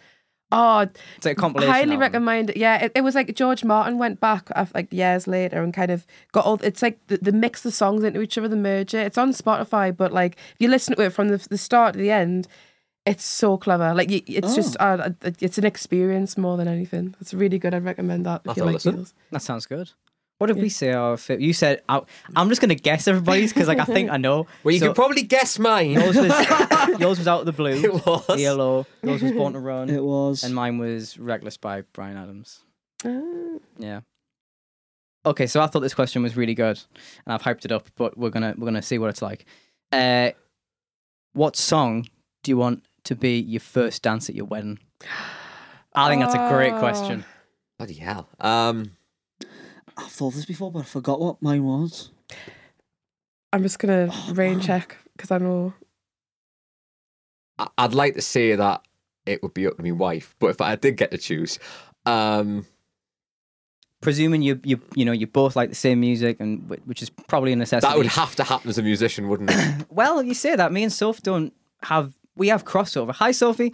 [SPEAKER 4] oh,
[SPEAKER 1] It's like a
[SPEAKER 4] I
[SPEAKER 1] compilation.
[SPEAKER 4] highly
[SPEAKER 1] album.
[SPEAKER 4] recommend. it. Yeah, it, it was like George Martin went back af- like years later and kind of got all. It's like the, the mix the songs into each other, the merge it. It's on Spotify, but like if you listen to it from the, the start to the end, it's so clever. Like you, it's just
[SPEAKER 1] Oh.
[SPEAKER 4] uh, uh, it's an experience more than anything. It's really good. I'd recommend that
[SPEAKER 5] I'll
[SPEAKER 4] if you
[SPEAKER 5] have a
[SPEAKER 4] like
[SPEAKER 5] listen.
[SPEAKER 4] Beatles.
[SPEAKER 1] That sounds good. What did we say? Our fa- you said I- I'm just gonna guess everybody's because like I think I know.
[SPEAKER 5] Well, you
[SPEAKER 1] So
[SPEAKER 5] can probably guess mine.
[SPEAKER 1] yours was, yours was out of the blue.
[SPEAKER 5] It was.
[SPEAKER 1] Yellow. Yours was Born to Run,
[SPEAKER 3] It was.
[SPEAKER 1] and mine was Reckless by Brian Adams.
[SPEAKER 4] Ah.
[SPEAKER 1] Yeah. Okay, so I thought this question was really good, and I've hyped it up, but we're gonna we're gonna see what it's like. Uh, what song do you want to be your first dance at your wedding? I think that's a great
[SPEAKER 4] Oh.
[SPEAKER 1] question.
[SPEAKER 5] Bloody hell. Um,
[SPEAKER 3] I've thought of this before, but I forgot what mine was.
[SPEAKER 4] I'm just gonna
[SPEAKER 1] Oh,
[SPEAKER 4] rain check because I know.
[SPEAKER 5] I- I'd like to say that it would be up to my wife, but if I did get to choose, um,
[SPEAKER 1] Presuming you you you know you both like the same music, and wh- which is probably a necessity.
[SPEAKER 5] that would have to happen as a musician, wouldn't it?
[SPEAKER 1] well, you say that. Me and Soph don't have we have crossover. Hi, Sophie.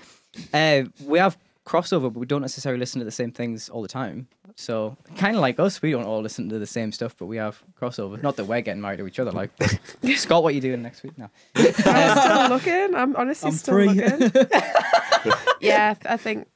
[SPEAKER 1] Uh, we have crossover, but we don't necessarily listen to the same things all the time. So kind of like us, we don't all listen to the same stuff, but we have crossover. Not that we're getting married to each other, like. But Scott, what are you doing next week? No.
[SPEAKER 4] I'm still looking. I'm honestly
[SPEAKER 3] I'm
[SPEAKER 4] still
[SPEAKER 3] free.
[SPEAKER 4] looking. Yeah, I think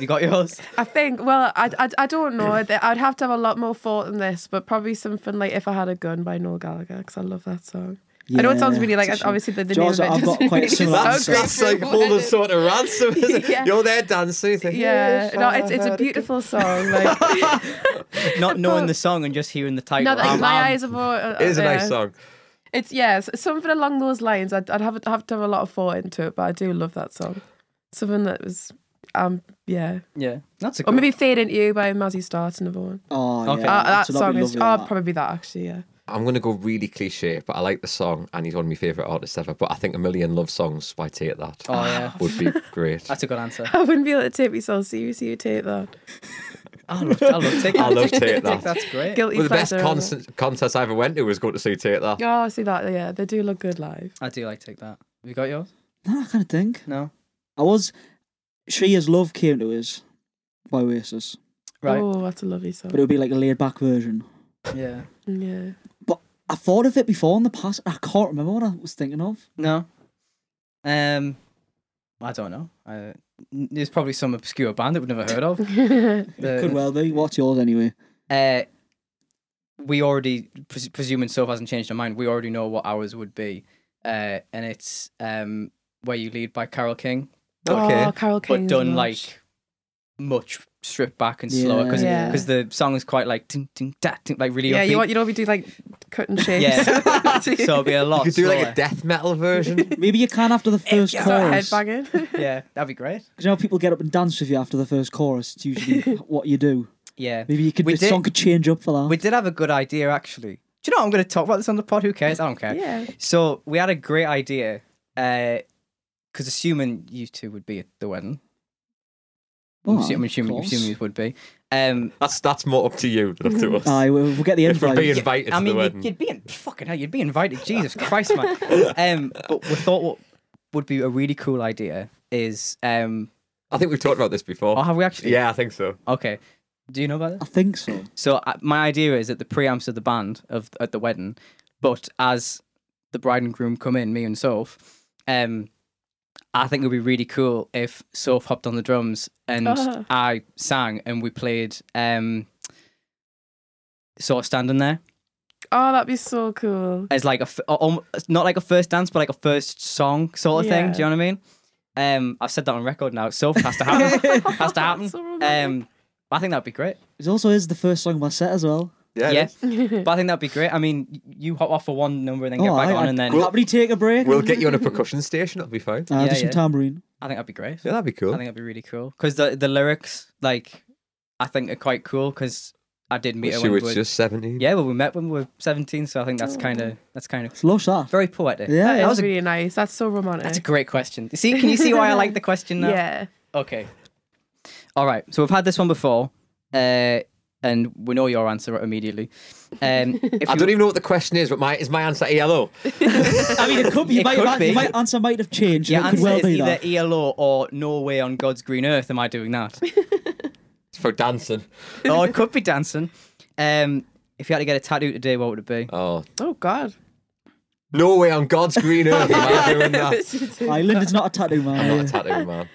[SPEAKER 1] You got yours.
[SPEAKER 4] I think. Well, I, I, I don't know.
[SPEAKER 5] Mm.
[SPEAKER 4] I th- I'd have to have a lot more thought than this, but probably something like "If I Had a Gun" by Noel Gallagher because I love that song. I know it sounds
[SPEAKER 3] Yeah,
[SPEAKER 4] really like
[SPEAKER 3] it's a
[SPEAKER 4] obviously the, the
[SPEAKER 3] shame.
[SPEAKER 4] name of
[SPEAKER 3] Jaws,
[SPEAKER 4] it
[SPEAKER 3] I've got
[SPEAKER 4] doesn't
[SPEAKER 3] quite a
[SPEAKER 4] really
[SPEAKER 3] similar
[SPEAKER 4] sound
[SPEAKER 3] answer.
[SPEAKER 4] great
[SPEAKER 5] That's
[SPEAKER 4] for
[SPEAKER 5] like
[SPEAKER 4] a
[SPEAKER 5] holding
[SPEAKER 4] wedding.
[SPEAKER 5] sort of ransom. Isn't it?
[SPEAKER 4] Yeah.
[SPEAKER 5] You're there dancing. you think,
[SPEAKER 4] Yeah,
[SPEAKER 5] "Yes,
[SPEAKER 4] no,
[SPEAKER 5] I
[SPEAKER 4] it's it's a
[SPEAKER 5] heard it."
[SPEAKER 4] beautiful song. Like
[SPEAKER 1] Not knowing the song and just hearing the title.
[SPEAKER 4] now that
[SPEAKER 1] I'm-
[SPEAKER 4] my
[SPEAKER 1] I'm-
[SPEAKER 4] eyes have, uh,
[SPEAKER 5] It is a
[SPEAKER 4] yeah.
[SPEAKER 5] nice song.
[SPEAKER 4] It's yes, something along those lines. I'd, I'd have have to have a lot of thought into it, but I do love that song. Something that was, um, yeah,
[SPEAKER 1] Yeah, that's a good.
[SPEAKER 4] or maybe "Fade Into You" by Mazzy Start and Vaughan.
[SPEAKER 3] Oh, yeah.
[SPEAKER 1] Okay.
[SPEAKER 4] Uh, that
[SPEAKER 3] So that'd
[SPEAKER 4] song
[SPEAKER 3] be
[SPEAKER 4] is.
[SPEAKER 3] lovely,
[SPEAKER 4] Oh,
[SPEAKER 3] that.
[SPEAKER 4] probably that actually. Yeah.
[SPEAKER 5] I'm going to go really cliche, but I like the song, and he's one of my favourite artists ever. But I think A Million Love Songs by Take That
[SPEAKER 1] Oh yeah,
[SPEAKER 4] Ah.
[SPEAKER 5] would be great.
[SPEAKER 1] that's a good answer.
[SPEAKER 4] I wouldn't be able to take myself seriously. You take that
[SPEAKER 1] I love, I love Take That.
[SPEAKER 5] I love Take That.
[SPEAKER 1] That's great.
[SPEAKER 4] guilty
[SPEAKER 5] Well, the best
[SPEAKER 4] pleasure. isn't it?
[SPEAKER 5] concert, contest I ever went to was going to see Take That.
[SPEAKER 4] Oh, I see that. Yeah, they do look good live.
[SPEAKER 1] I do like Take That. Have you got yours?
[SPEAKER 3] No, I kind of think.
[SPEAKER 1] No.
[SPEAKER 3] I was. She is Love came to us by Oasis,
[SPEAKER 1] Right.
[SPEAKER 4] Oh, that's a lovely song. Mm,
[SPEAKER 3] but it would be like a laid back version.
[SPEAKER 1] Yeah.
[SPEAKER 4] Yeah.
[SPEAKER 3] But I thought of it before in the past. I can't remember what I was thinking of.
[SPEAKER 1] No. Um, I don't know. I, n- there's probably some obscure band that we've never heard of. The-
[SPEAKER 3] Could well be. What's yours anyway?
[SPEAKER 1] uh, we already, pres- presuming Soph hasn't changed her mind, we already know what ours would be. Uh, and it's um, Where You Lead by Carol King,
[SPEAKER 5] Okay.
[SPEAKER 4] Oh, Carol King.
[SPEAKER 1] but done like much stripped back and slower because
[SPEAKER 4] Yeah.
[SPEAKER 1] the song is quite like ting, ting, da, ting, like really
[SPEAKER 4] Yeah,
[SPEAKER 1] upbeat.
[SPEAKER 4] you want you don't do like cut and shapes.
[SPEAKER 1] yeah. so it'll be a lot
[SPEAKER 5] You could do like
[SPEAKER 1] slower.
[SPEAKER 5] a death metal version.
[SPEAKER 3] Maybe you can after the first
[SPEAKER 4] Start
[SPEAKER 3] chorus. Because
[SPEAKER 4] headbanging.
[SPEAKER 1] yeah that'd be great
[SPEAKER 3] you know how people get up and dance with you after the first chorus. It's usually what you do.
[SPEAKER 1] yeah
[SPEAKER 3] Maybe you could.
[SPEAKER 1] We
[SPEAKER 3] the
[SPEAKER 1] did-
[SPEAKER 3] song could change up for that.
[SPEAKER 1] We did have a good idea, actually. Do you know what? I'm going to talk about this on the pod? Who cares? I don't care.
[SPEAKER 4] Yeah.
[SPEAKER 1] So we had a great uh, idea, because assuming you two would be at the wedding,
[SPEAKER 3] Oh,
[SPEAKER 1] I'm assuming,
[SPEAKER 3] close.
[SPEAKER 1] assuming it would be. Um,
[SPEAKER 5] That's that's more up to you than up to us.
[SPEAKER 3] Aye, we'll, we'll get the
[SPEAKER 5] if we're
[SPEAKER 3] invite.
[SPEAKER 5] being invited
[SPEAKER 1] I mean,
[SPEAKER 5] to the
[SPEAKER 1] you'd,
[SPEAKER 5] wedding.
[SPEAKER 1] you'd be in, fucking hell, you'd be invited. Jesus Christ, man. Um, but we thought what would be a really cool idea is, um,
[SPEAKER 5] I think we've talked about this before.
[SPEAKER 1] oh, have we actually?
[SPEAKER 5] Yeah, I think so.
[SPEAKER 1] Okay. Do you know about this?
[SPEAKER 3] I think so.
[SPEAKER 1] So uh, my idea is that the preamps of the band of at the wedding, but as the bride and groom come in, me and Soph, um, I think it would be really cool if Soph hopped on the drums and
[SPEAKER 4] Ah.
[SPEAKER 1] I sang and we played um, sort of standing there
[SPEAKER 4] Oh, that'd be so cool.
[SPEAKER 1] as like a f- al- al- not like a first dance but like a first song sort of thing. Do you know what I mean? Um, I've said that on record now. Soph has to happen. has to happen.
[SPEAKER 4] So romantic.
[SPEAKER 1] um, I think that'd be great.
[SPEAKER 3] It also is the first song of my set as well.
[SPEAKER 5] Yeah. it
[SPEAKER 1] Yeah.
[SPEAKER 5] is.
[SPEAKER 1] but I think that'd be great. I mean, y- you hop off for one number and then get
[SPEAKER 3] oh,
[SPEAKER 1] back
[SPEAKER 3] I,
[SPEAKER 1] on,
[SPEAKER 3] I'd
[SPEAKER 1] and then
[SPEAKER 3] happily take a break.
[SPEAKER 5] We'll get you on a percussion station. That'll be fine.
[SPEAKER 3] uh,
[SPEAKER 1] Yeah,
[SPEAKER 3] do some
[SPEAKER 1] yeah.
[SPEAKER 3] tambourine.
[SPEAKER 1] I think that'd be great.
[SPEAKER 5] Yeah, that'd be
[SPEAKER 1] I
[SPEAKER 5] cool.
[SPEAKER 1] think that'd be really cool because the the lyrics, like, I think are quite cool because I did meet her
[SPEAKER 5] She
[SPEAKER 1] when we
[SPEAKER 5] was
[SPEAKER 1] were
[SPEAKER 5] just 17.
[SPEAKER 1] yeah, well, we met when we were seventeen, so I think that's kind of that's kind of
[SPEAKER 3] It's lush, that.
[SPEAKER 1] very poetic.
[SPEAKER 3] Yeah,
[SPEAKER 4] that
[SPEAKER 1] that
[SPEAKER 4] is
[SPEAKER 1] was a,
[SPEAKER 4] really nice. That's so romantic.
[SPEAKER 1] that's a great question. See, can you see why I like the question now?
[SPEAKER 4] Yeah.
[SPEAKER 1] Okay. All right. So we've had this one before, uh, and we know your answer immediately. Um, if
[SPEAKER 5] I
[SPEAKER 1] you-
[SPEAKER 5] don't even know what the question is, but my is my answer yellow.
[SPEAKER 3] I mean, it could be.
[SPEAKER 1] It
[SPEAKER 3] might,
[SPEAKER 1] could
[SPEAKER 3] might-
[SPEAKER 1] be.
[SPEAKER 3] might- answer might have changed.
[SPEAKER 1] your
[SPEAKER 3] it could
[SPEAKER 1] answer
[SPEAKER 3] well
[SPEAKER 1] is
[SPEAKER 3] be
[SPEAKER 1] either
[SPEAKER 3] that.
[SPEAKER 1] ELO or No Way on God's Green Earth. Am I doing that?
[SPEAKER 5] It's for dancing.
[SPEAKER 1] oh, it could be dancing. Um, if you had to get a tattoo today, what would it be?
[SPEAKER 5] Oh,
[SPEAKER 4] Oh God.
[SPEAKER 5] no way on God's green earth am I doing that.
[SPEAKER 3] Aye, Lyndon's not a tattoo man.
[SPEAKER 5] Not a
[SPEAKER 3] yeah.
[SPEAKER 5] tattoo man.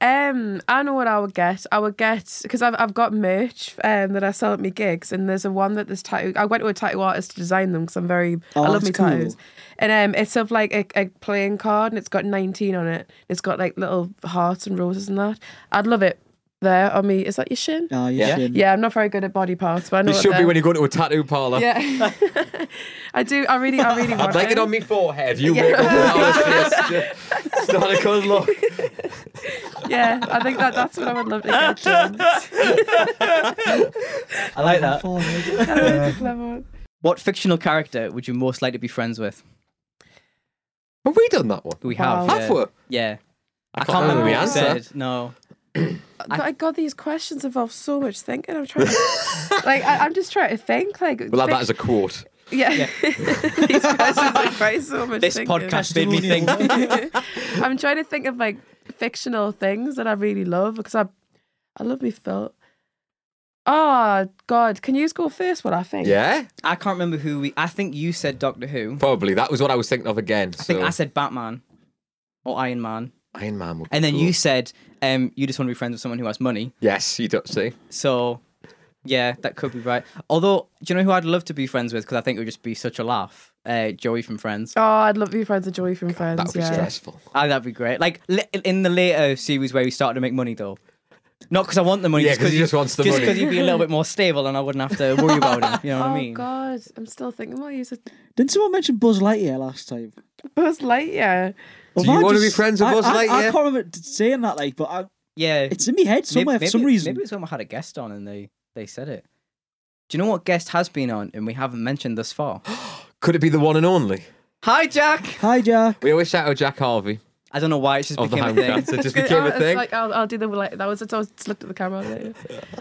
[SPEAKER 4] Um, I know what I would get. I would get because I've I've got merch um that I sell at my gigs, and there's a one that this tattoo. I went to a tattoo artist to design them because I'm very
[SPEAKER 3] Oh,
[SPEAKER 4] I love
[SPEAKER 3] that's
[SPEAKER 4] my
[SPEAKER 3] cool.
[SPEAKER 4] tattoos, and um, it's of like a, a playing card, and it's got 19 on it. It's got like little hearts and roses and that. I'd love it there on me. Is that your shin?
[SPEAKER 3] Ah, you
[SPEAKER 5] Yeah.
[SPEAKER 3] should.
[SPEAKER 4] Yeah, I'm not very good at body parts, but I know
[SPEAKER 5] It
[SPEAKER 4] what
[SPEAKER 5] should be
[SPEAKER 4] they're-
[SPEAKER 5] when you go to a tattoo parlor.
[SPEAKER 4] Yeah, I do. I really, I really want
[SPEAKER 5] I'd like it on my forehead. You make up that It's not a good look.
[SPEAKER 4] Yeah, I think that that's what I would love to get. done.
[SPEAKER 1] I like that.
[SPEAKER 3] Forehead.
[SPEAKER 4] That's a clever one.
[SPEAKER 1] What fictional character would you most like to be friends with?
[SPEAKER 5] Have we done that one?
[SPEAKER 1] We
[SPEAKER 4] Wow.
[SPEAKER 1] have.
[SPEAKER 5] Have
[SPEAKER 1] yeah.
[SPEAKER 5] we?
[SPEAKER 1] Yeah. I
[SPEAKER 5] can't remember
[SPEAKER 1] what
[SPEAKER 5] the
[SPEAKER 1] we
[SPEAKER 5] answer.
[SPEAKER 1] said. No.
[SPEAKER 4] But I God, these questions involve so much thinking. I'm trying, to, like, I, I'm just trying to think. Like,
[SPEAKER 5] We'll have
[SPEAKER 4] think-
[SPEAKER 5] that as a quote.
[SPEAKER 4] yeah. these questions require so much.
[SPEAKER 1] This
[SPEAKER 4] thinking.
[SPEAKER 1] podcast made me think.
[SPEAKER 4] I'm trying to think of like fictional things that I really love because I, I love me felt. Oh God, can you go first? What I think?
[SPEAKER 5] Yeah,
[SPEAKER 1] I can't remember who we. I think you said Doctor Who.
[SPEAKER 5] probably. That was what I was thinking of again.
[SPEAKER 1] I think
[SPEAKER 5] so
[SPEAKER 1] I said Batman or Iron Man,
[SPEAKER 5] Iron Man. Would be
[SPEAKER 1] and then
[SPEAKER 5] cool.
[SPEAKER 1] you said um, you just want to be friends with someone who has money.
[SPEAKER 5] Yes, you don't see.
[SPEAKER 1] So. Yeah, that could be right. Although, do you know who I'd love to be friends with? Because I think it would just be such a laugh. Uh, Joey from Friends.
[SPEAKER 4] Oh, I'd love to be friends with Joey from Friends.
[SPEAKER 5] That would be
[SPEAKER 4] yeah.
[SPEAKER 5] stressful.
[SPEAKER 1] I think Ah, that'd be great. Like li- in the later series where we started to make money, though. Not because I want the money.
[SPEAKER 5] Yeah,
[SPEAKER 1] just
[SPEAKER 5] 'cause he
[SPEAKER 1] you-
[SPEAKER 5] just wants the
[SPEAKER 1] just
[SPEAKER 5] money.
[SPEAKER 1] because you'd be a little bit more stable, and I wouldn't have to worry about him. You know what
[SPEAKER 4] Oh
[SPEAKER 1] I mean?
[SPEAKER 4] God, I'm still thinking. Well, he's a
[SPEAKER 3] Didn't someone mention Buzz Lightyear last time?
[SPEAKER 4] Buzz Lightyear.
[SPEAKER 3] Well,
[SPEAKER 5] you
[SPEAKER 3] I
[SPEAKER 5] wanna be friends with
[SPEAKER 3] I-
[SPEAKER 5] Buzz
[SPEAKER 3] I- I
[SPEAKER 5] Lightyear?
[SPEAKER 3] can't remember t- saying that, like, but I,
[SPEAKER 1] Yeah,
[SPEAKER 3] it's in my head
[SPEAKER 1] May-
[SPEAKER 3] somewhere
[SPEAKER 1] maybe,
[SPEAKER 3] for some reason.
[SPEAKER 1] Maybe it's when we had a guest on and they they said it. Do you know what guest has been on and we haven't mentioned thus far?
[SPEAKER 5] Could it be the one and only?
[SPEAKER 1] Hi, Jack.
[SPEAKER 3] Hi, Jack.
[SPEAKER 5] We always shout out Jack Harvey
[SPEAKER 1] I don't know why
[SPEAKER 3] Oh,
[SPEAKER 1] it's just
[SPEAKER 5] of the
[SPEAKER 1] became a thing.
[SPEAKER 5] Hangcats. It just
[SPEAKER 4] Good.
[SPEAKER 5] became
[SPEAKER 4] Oh,
[SPEAKER 5] a
[SPEAKER 4] it's
[SPEAKER 5] thing.
[SPEAKER 4] Like I'll, I'll do the like that was. I just looked at the camera. Like,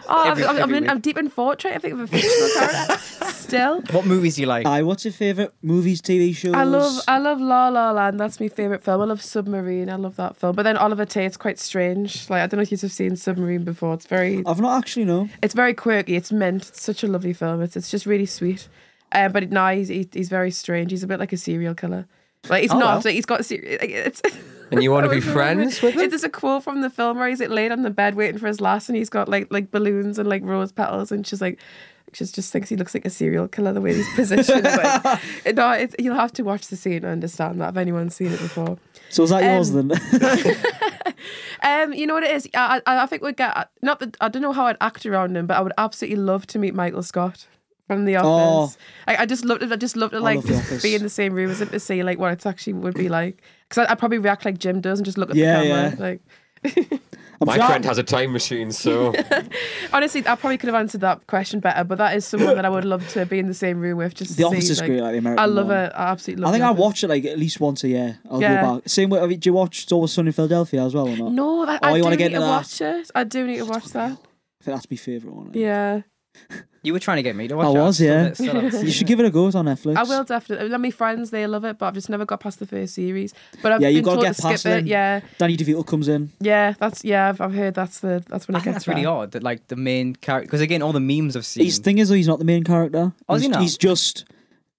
[SPEAKER 4] oh,
[SPEAKER 1] Every-
[SPEAKER 4] I'm, I'm, I'm,
[SPEAKER 1] every
[SPEAKER 4] in,
[SPEAKER 1] week.
[SPEAKER 4] I'm deep in Fortnite. I think of a fictional character. Still,
[SPEAKER 1] What movies do you like?
[SPEAKER 3] Hi, what's your favourite movies, TV shows?
[SPEAKER 4] I love uh, I love La La Land. That's my favorite film. I love Submarine. I love that film. But then Oliver Tate's quite strange. Like I don't know if you've seen Submarine before. It's very
[SPEAKER 3] I've not actually no.
[SPEAKER 4] it's very quirky. It's mint. It's such a lovely film. It's it's just really sweet. Um, but now he's he, he's very strange. He's a bit like a serial killer. Like he's
[SPEAKER 1] Oh,
[SPEAKER 4] not.
[SPEAKER 1] well.
[SPEAKER 4] Like, he's got serious. Like, it's.
[SPEAKER 5] And you want to be
[SPEAKER 4] It's
[SPEAKER 5] friends with him?
[SPEAKER 4] There's a quote from the film where he's like laid on the bed waiting for his last, and he's got like like balloons and like rose petals, and she's like, she just thinks he looks like a serial killer the way he's positioned. like, no, it's, you'll have to watch the scene to understand that if anyone's seen it before.
[SPEAKER 3] So is that yours
[SPEAKER 4] Um,
[SPEAKER 3] then?
[SPEAKER 4] Um, you know what it is? I, I, I think we'd get not that I don't know how I'd act around him, but I would absolutely love to meet Michael Scott from The Office. I, I just loved it. I just loved it, like
[SPEAKER 3] love The Office.
[SPEAKER 4] be in the same room as him to see like what it actually would be like. Because I I'd probably react like Jim does and just look at
[SPEAKER 3] Yeah,
[SPEAKER 4] the camera
[SPEAKER 3] yeah.
[SPEAKER 4] like.
[SPEAKER 3] I'm
[SPEAKER 5] My
[SPEAKER 3] sure-
[SPEAKER 5] friend has a time machine, so
[SPEAKER 4] Honestly, I probably could have answered that question better, but that is someone that I would love to be in the same room with. Just to
[SPEAKER 3] The Office
[SPEAKER 4] see,
[SPEAKER 3] is
[SPEAKER 4] like-
[SPEAKER 3] great, like the American
[SPEAKER 4] I love
[SPEAKER 3] one.
[SPEAKER 4] it. I absolutely love.
[SPEAKER 3] I think
[SPEAKER 4] The
[SPEAKER 3] I
[SPEAKER 4] Office.
[SPEAKER 3] watch it like at least once a year. I'll
[SPEAKER 4] Yeah.
[SPEAKER 3] go back. Same way. I mean, do you watch It's Always Sunny in Philadelphia as well or not?
[SPEAKER 4] No, that,
[SPEAKER 3] Oh,
[SPEAKER 4] I
[SPEAKER 3] you
[SPEAKER 4] do
[SPEAKER 3] wanna
[SPEAKER 4] need
[SPEAKER 3] get
[SPEAKER 4] to
[SPEAKER 3] into that?
[SPEAKER 4] watch it. I do need to watch that.
[SPEAKER 3] I think that's my favourite one. like.
[SPEAKER 4] Yeah,
[SPEAKER 1] You were trying to get me to watch
[SPEAKER 3] I
[SPEAKER 1] it.
[SPEAKER 3] was,
[SPEAKER 1] still
[SPEAKER 3] yeah.
[SPEAKER 1] haven't- still haven't seen
[SPEAKER 3] You should give it a go. It's on Netflix.
[SPEAKER 4] I will definitely. Like my friends, they love it, but I've just never got past the first series. But I've
[SPEAKER 3] Yeah,
[SPEAKER 4] been
[SPEAKER 3] you've gotta
[SPEAKER 4] told
[SPEAKER 3] get
[SPEAKER 4] to
[SPEAKER 3] past
[SPEAKER 4] skip
[SPEAKER 3] them.
[SPEAKER 4] it. Yeah,
[SPEAKER 3] Danny DeVito comes in.
[SPEAKER 4] yeah, that's yeah. I've, I've heard that's the that's when
[SPEAKER 1] I
[SPEAKER 4] it
[SPEAKER 1] think
[SPEAKER 4] gets
[SPEAKER 1] that's really
[SPEAKER 4] there.
[SPEAKER 1] odd that like the main character because again all the memes I've seen
[SPEAKER 3] His thing is though, he's not the main character.
[SPEAKER 1] Oh, is
[SPEAKER 3] he's,
[SPEAKER 1] he not?
[SPEAKER 3] he's just.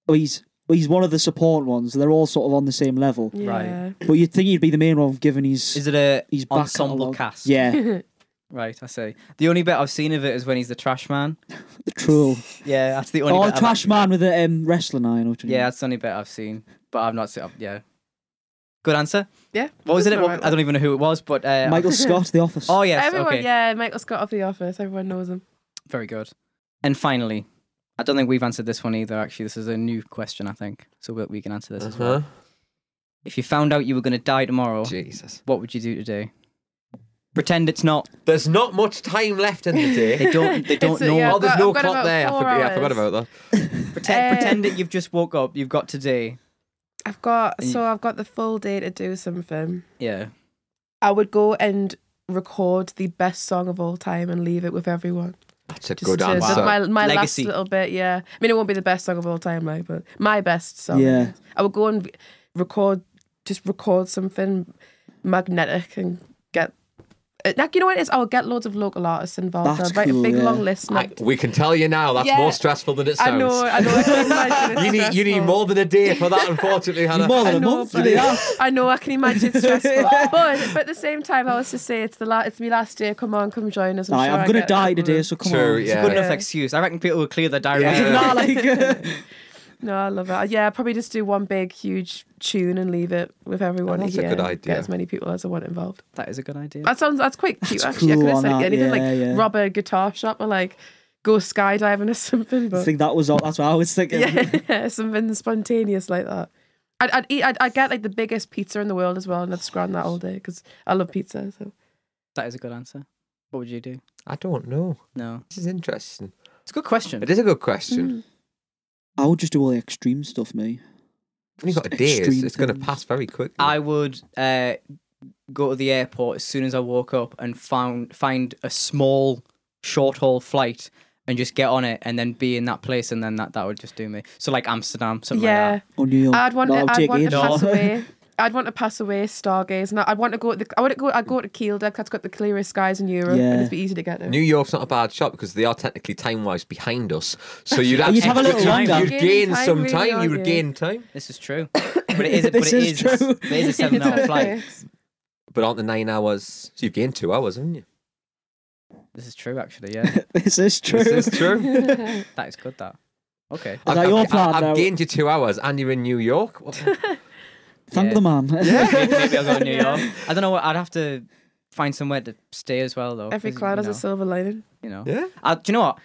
[SPEAKER 3] well, He's he's one of the support ones. They're all sort of on the same level.
[SPEAKER 1] Right.
[SPEAKER 4] Yeah.
[SPEAKER 3] But you'd think he'd be the main one given he's
[SPEAKER 1] is it a
[SPEAKER 3] he's back
[SPEAKER 1] ensemble
[SPEAKER 3] catalogue.
[SPEAKER 1] cast
[SPEAKER 3] Yeah,
[SPEAKER 1] right I see the only bit I've seen of it is when he's the trash man
[SPEAKER 3] the troll.
[SPEAKER 1] yeah that's the only
[SPEAKER 3] Oh,
[SPEAKER 1] bit I've-
[SPEAKER 3] trash man with the um, wrestling iron.
[SPEAKER 1] yeah that's the only bit I've seen but I've not seen yeah good answer
[SPEAKER 4] Yeah.
[SPEAKER 1] what was it
[SPEAKER 4] That's
[SPEAKER 1] What-
[SPEAKER 4] alright.
[SPEAKER 1] I don't even know who it was but uh,
[SPEAKER 3] Michael Scott, The Office.
[SPEAKER 1] oh yes
[SPEAKER 4] Everyone,
[SPEAKER 1] okay
[SPEAKER 4] yeah, Michael Scott off The Office. Everyone knows him.
[SPEAKER 1] very good and finally I don't think we've answered this one either actually this is a new question I think so we, we can answer this as well
[SPEAKER 5] Uh-huh.
[SPEAKER 1] if you found out you were going to die tomorrow
[SPEAKER 5] Jesus.
[SPEAKER 1] what would you do today pretend it's not
[SPEAKER 5] There's not much time left in the day.
[SPEAKER 1] they don't they don't
[SPEAKER 4] a-
[SPEAKER 1] know
[SPEAKER 4] yeah,
[SPEAKER 5] oh, there's
[SPEAKER 4] I've
[SPEAKER 5] no
[SPEAKER 4] got
[SPEAKER 5] clock
[SPEAKER 4] about
[SPEAKER 5] there. I
[SPEAKER 4] four
[SPEAKER 5] forgot, yeah, I forgot
[SPEAKER 4] hours.
[SPEAKER 5] about that.
[SPEAKER 1] Pretend,
[SPEAKER 4] Uh,
[SPEAKER 1] pretend that you've just woke up. You've got today.
[SPEAKER 4] I've got
[SPEAKER 1] And you-
[SPEAKER 4] so I've got the full day to do something.
[SPEAKER 1] Yeah.
[SPEAKER 4] I would go and record the best song of all time and leave it with everyone.
[SPEAKER 5] That's a
[SPEAKER 4] Just
[SPEAKER 5] good
[SPEAKER 4] to,
[SPEAKER 5] answer.
[SPEAKER 4] the- my my
[SPEAKER 1] Legacy.
[SPEAKER 4] last little bit, yeah. I mean, it won't be the best song of all time, like, but my best song.
[SPEAKER 3] Yeah.
[SPEAKER 4] I would go and record, just record something magnetic and get. uh, Like you know what it is, I would get loads of local artists involved.
[SPEAKER 3] That's
[SPEAKER 4] I'd write
[SPEAKER 3] cool,
[SPEAKER 4] a big
[SPEAKER 3] yeah.
[SPEAKER 4] long list. And
[SPEAKER 5] I-
[SPEAKER 4] I,
[SPEAKER 5] we can tell you now. That's
[SPEAKER 4] Yeah.
[SPEAKER 5] more stressful than it sounds.
[SPEAKER 4] I know, I know. I can imagine it's
[SPEAKER 5] You need you need
[SPEAKER 4] stressful.
[SPEAKER 5] more than a day for that, unfortunately, Hannah.
[SPEAKER 3] more than
[SPEAKER 4] I
[SPEAKER 3] a
[SPEAKER 4] know,
[SPEAKER 3] month.
[SPEAKER 4] but-
[SPEAKER 3] you do that.
[SPEAKER 4] I know I can imagine it's stressful, but, but at the same time, I was to say it's the la- it's my last day. Come on, come join us. I'm,
[SPEAKER 3] Aye,
[SPEAKER 4] sure
[SPEAKER 3] I'm
[SPEAKER 4] I
[SPEAKER 3] gonna
[SPEAKER 4] get
[SPEAKER 3] die
[SPEAKER 4] people
[SPEAKER 3] today,
[SPEAKER 4] who-
[SPEAKER 3] so come
[SPEAKER 5] True,
[SPEAKER 3] on.
[SPEAKER 5] yeah.
[SPEAKER 1] Good enough
[SPEAKER 4] Yeah.
[SPEAKER 1] excuse. I reckon people will clear their diary.
[SPEAKER 5] Yeah.
[SPEAKER 3] Nah, like,
[SPEAKER 4] No, I love it. Uh, Yeah, I'd probably just do one big, huge tune and leave it with everyone.
[SPEAKER 5] Oh, that's a
[SPEAKER 4] here
[SPEAKER 5] good
[SPEAKER 4] and
[SPEAKER 5] idea.
[SPEAKER 4] Get as many people as I want involved.
[SPEAKER 1] That is a good idea.
[SPEAKER 4] That sounds that's quite cute. actually,
[SPEAKER 3] cool
[SPEAKER 4] I could
[SPEAKER 3] on
[SPEAKER 4] have said
[SPEAKER 3] that,
[SPEAKER 4] anything
[SPEAKER 3] yeah,
[SPEAKER 4] like
[SPEAKER 3] yeah.
[SPEAKER 4] rob a guitar shop or like go skydiving or something.
[SPEAKER 3] I
[SPEAKER 4] But
[SPEAKER 3] think that was all. That's what I was thinking.
[SPEAKER 4] yeah, something spontaneous like that. I'd, I'd eat. I'd, I'd get like the biggest pizza in the world as well, and I'd scran that all day because I love pizza. So
[SPEAKER 1] that is a good answer. What would you do?
[SPEAKER 5] I don't know.
[SPEAKER 1] No.
[SPEAKER 5] This is interesting.
[SPEAKER 1] It's a good question.
[SPEAKER 5] It is a good
[SPEAKER 4] Mm.
[SPEAKER 5] question.
[SPEAKER 3] I would just do all the extreme stuff, me.
[SPEAKER 5] When you've got a day, it's,
[SPEAKER 3] Extreme
[SPEAKER 5] it's going to
[SPEAKER 3] things.
[SPEAKER 5] pass very quickly.
[SPEAKER 1] I would uh, go to the airport as soon as I woke up and found find a small short haul flight and just get on it and then be in that place and then that, that would just do me. So like Amsterdam, something
[SPEAKER 4] yeah.
[SPEAKER 1] like
[SPEAKER 3] Or New York.
[SPEAKER 4] I'd want,
[SPEAKER 3] No,
[SPEAKER 4] to, I'd
[SPEAKER 3] take
[SPEAKER 4] want
[SPEAKER 3] it.
[SPEAKER 4] to pass away. I'd want to pass away stargaze, and I- I'd want to go. To the, I would go. I go to Kiel. That's got the clearest skies in Europe,
[SPEAKER 3] Yeah.
[SPEAKER 4] and it'd be easy to get to.
[SPEAKER 5] New York's not a bad shot because they are technically time wise behind us. So you'd
[SPEAKER 3] you'd
[SPEAKER 5] actually
[SPEAKER 3] have a little longer.
[SPEAKER 5] you'd gain
[SPEAKER 4] Gaining time,
[SPEAKER 5] some
[SPEAKER 4] really,
[SPEAKER 5] time. You
[SPEAKER 4] aren't
[SPEAKER 5] would
[SPEAKER 4] you?
[SPEAKER 5] gain time.
[SPEAKER 1] that. This is true. But it is but
[SPEAKER 3] This
[SPEAKER 1] it
[SPEAKER 3] is
[SPEAKER 1] is, a s-
[SPEAKER 3] true.
[SPEAKER 1] it is a seven hour flight.
[SPEAKER 5] But aren't the nine hours? So you've gained two hours, haven't you?
[SPEAKER 1] This is true actually, yeah.
[SPEAKER 3] this is true.
[SPEAKER 5] This is true.
[SPEAKER 1] That is good that. Okay.
[SPEAKER 3] that your plan
[SPEAKER 5] I've
[SPEAKER 3] now?
[SPEAKER 5] gained you two hours and you're in New York. What-
[SPEAKER 3] Thank
[SPEAKER 1] Yeah.
[SPEAKER 3] the man.
[SPEAKER 1] maybe, maybe I'll go to New York. I don't know. I'd have to find somewhere to stay as well, though.
[SPEAKER 4] Every
[SPEAKER 1] 'cause,
[SPEAKER 4] cloud
[SPEAKER 1] you
[SPEAKER 4] has
[SPEAKER 1] know,
[SPEAKER 4] a silver lining.
[SPEAKER 1] You know.
[SPEAKER 5] yeah.
[SPEAKER 1] Uh, do you know what?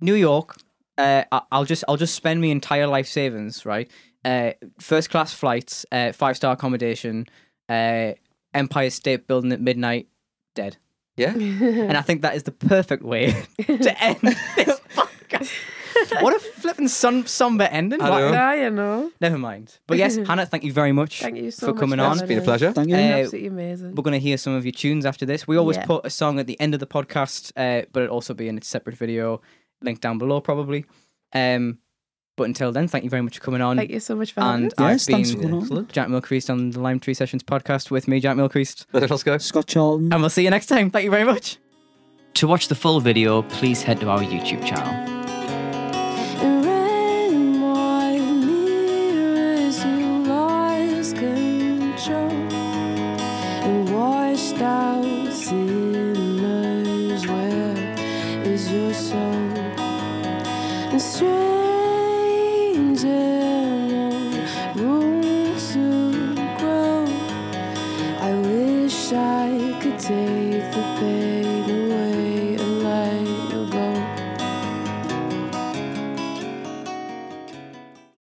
[SPEAKER 1] New York. Uh, I- I'll just I'll just spend my entire life savings right. Uh, first class flights, uh, five star accommodation, uh, Empire State Building at midnight, dead.
[SPEAKER 5] Yeah.
[SPEAKER 1] And I think that is the perfect way to end this podcast. What a flipping sun somber ending!
[SPEAKER 5] I know.
[SPEAKER 1] What-
[SPEAKER 4] Nah, you know.
[SPEAKER 1] Never mind. But yes, Hannah, thank you very much
[SPEAKER 4] Thank you so
[SPEAKER 1] for
[SPEAKER 4] much
[SPEAKER 1] coming
[SPEAKER 4] for
[SPEAKER 1] on.
[SPEAKER 5] It's been a pleasure.
[SPEAKER 3] Thank you.
[SPEAKER 1] Uh,
[SPEAKER 4] Absolutely amazing.
[SPEAKER 1] We're going to hear some of your tunes after this. We always
[SPEAKER 4] Yeah.
[SPEAKER 1] put a song at the end of the podcast, uh, but it'll also be in a separate video linked down below, probably. Um, but until then, thank you very much for coming on.
[SPEAKER 4] Thank you so much for having
[SPEAKER 1] And
[SPEAKER 4] me.
[SPEAKER 1] I've
[SPEAKER 3] yes, thanks for
[SPEAKER 1] been
[SPEAKER 3] coming on.
[SPEAKER 5] Excellent.
[SPEAKER 1] Jack Milcreased on the Lime Tree Sessions podcast with me, Jack Milcreased.
[SPEAKER 5] Let's go.
[SPEAKER 3] Scott Charlton.
[SPEAKER 1] And we'll see you next time. Thank you very much. To watch the full video, please head to our YouTube channel.
[SPEAKER 6] Rain white mirrors, you lost control, and washed out sinners. Where is your soul? And strange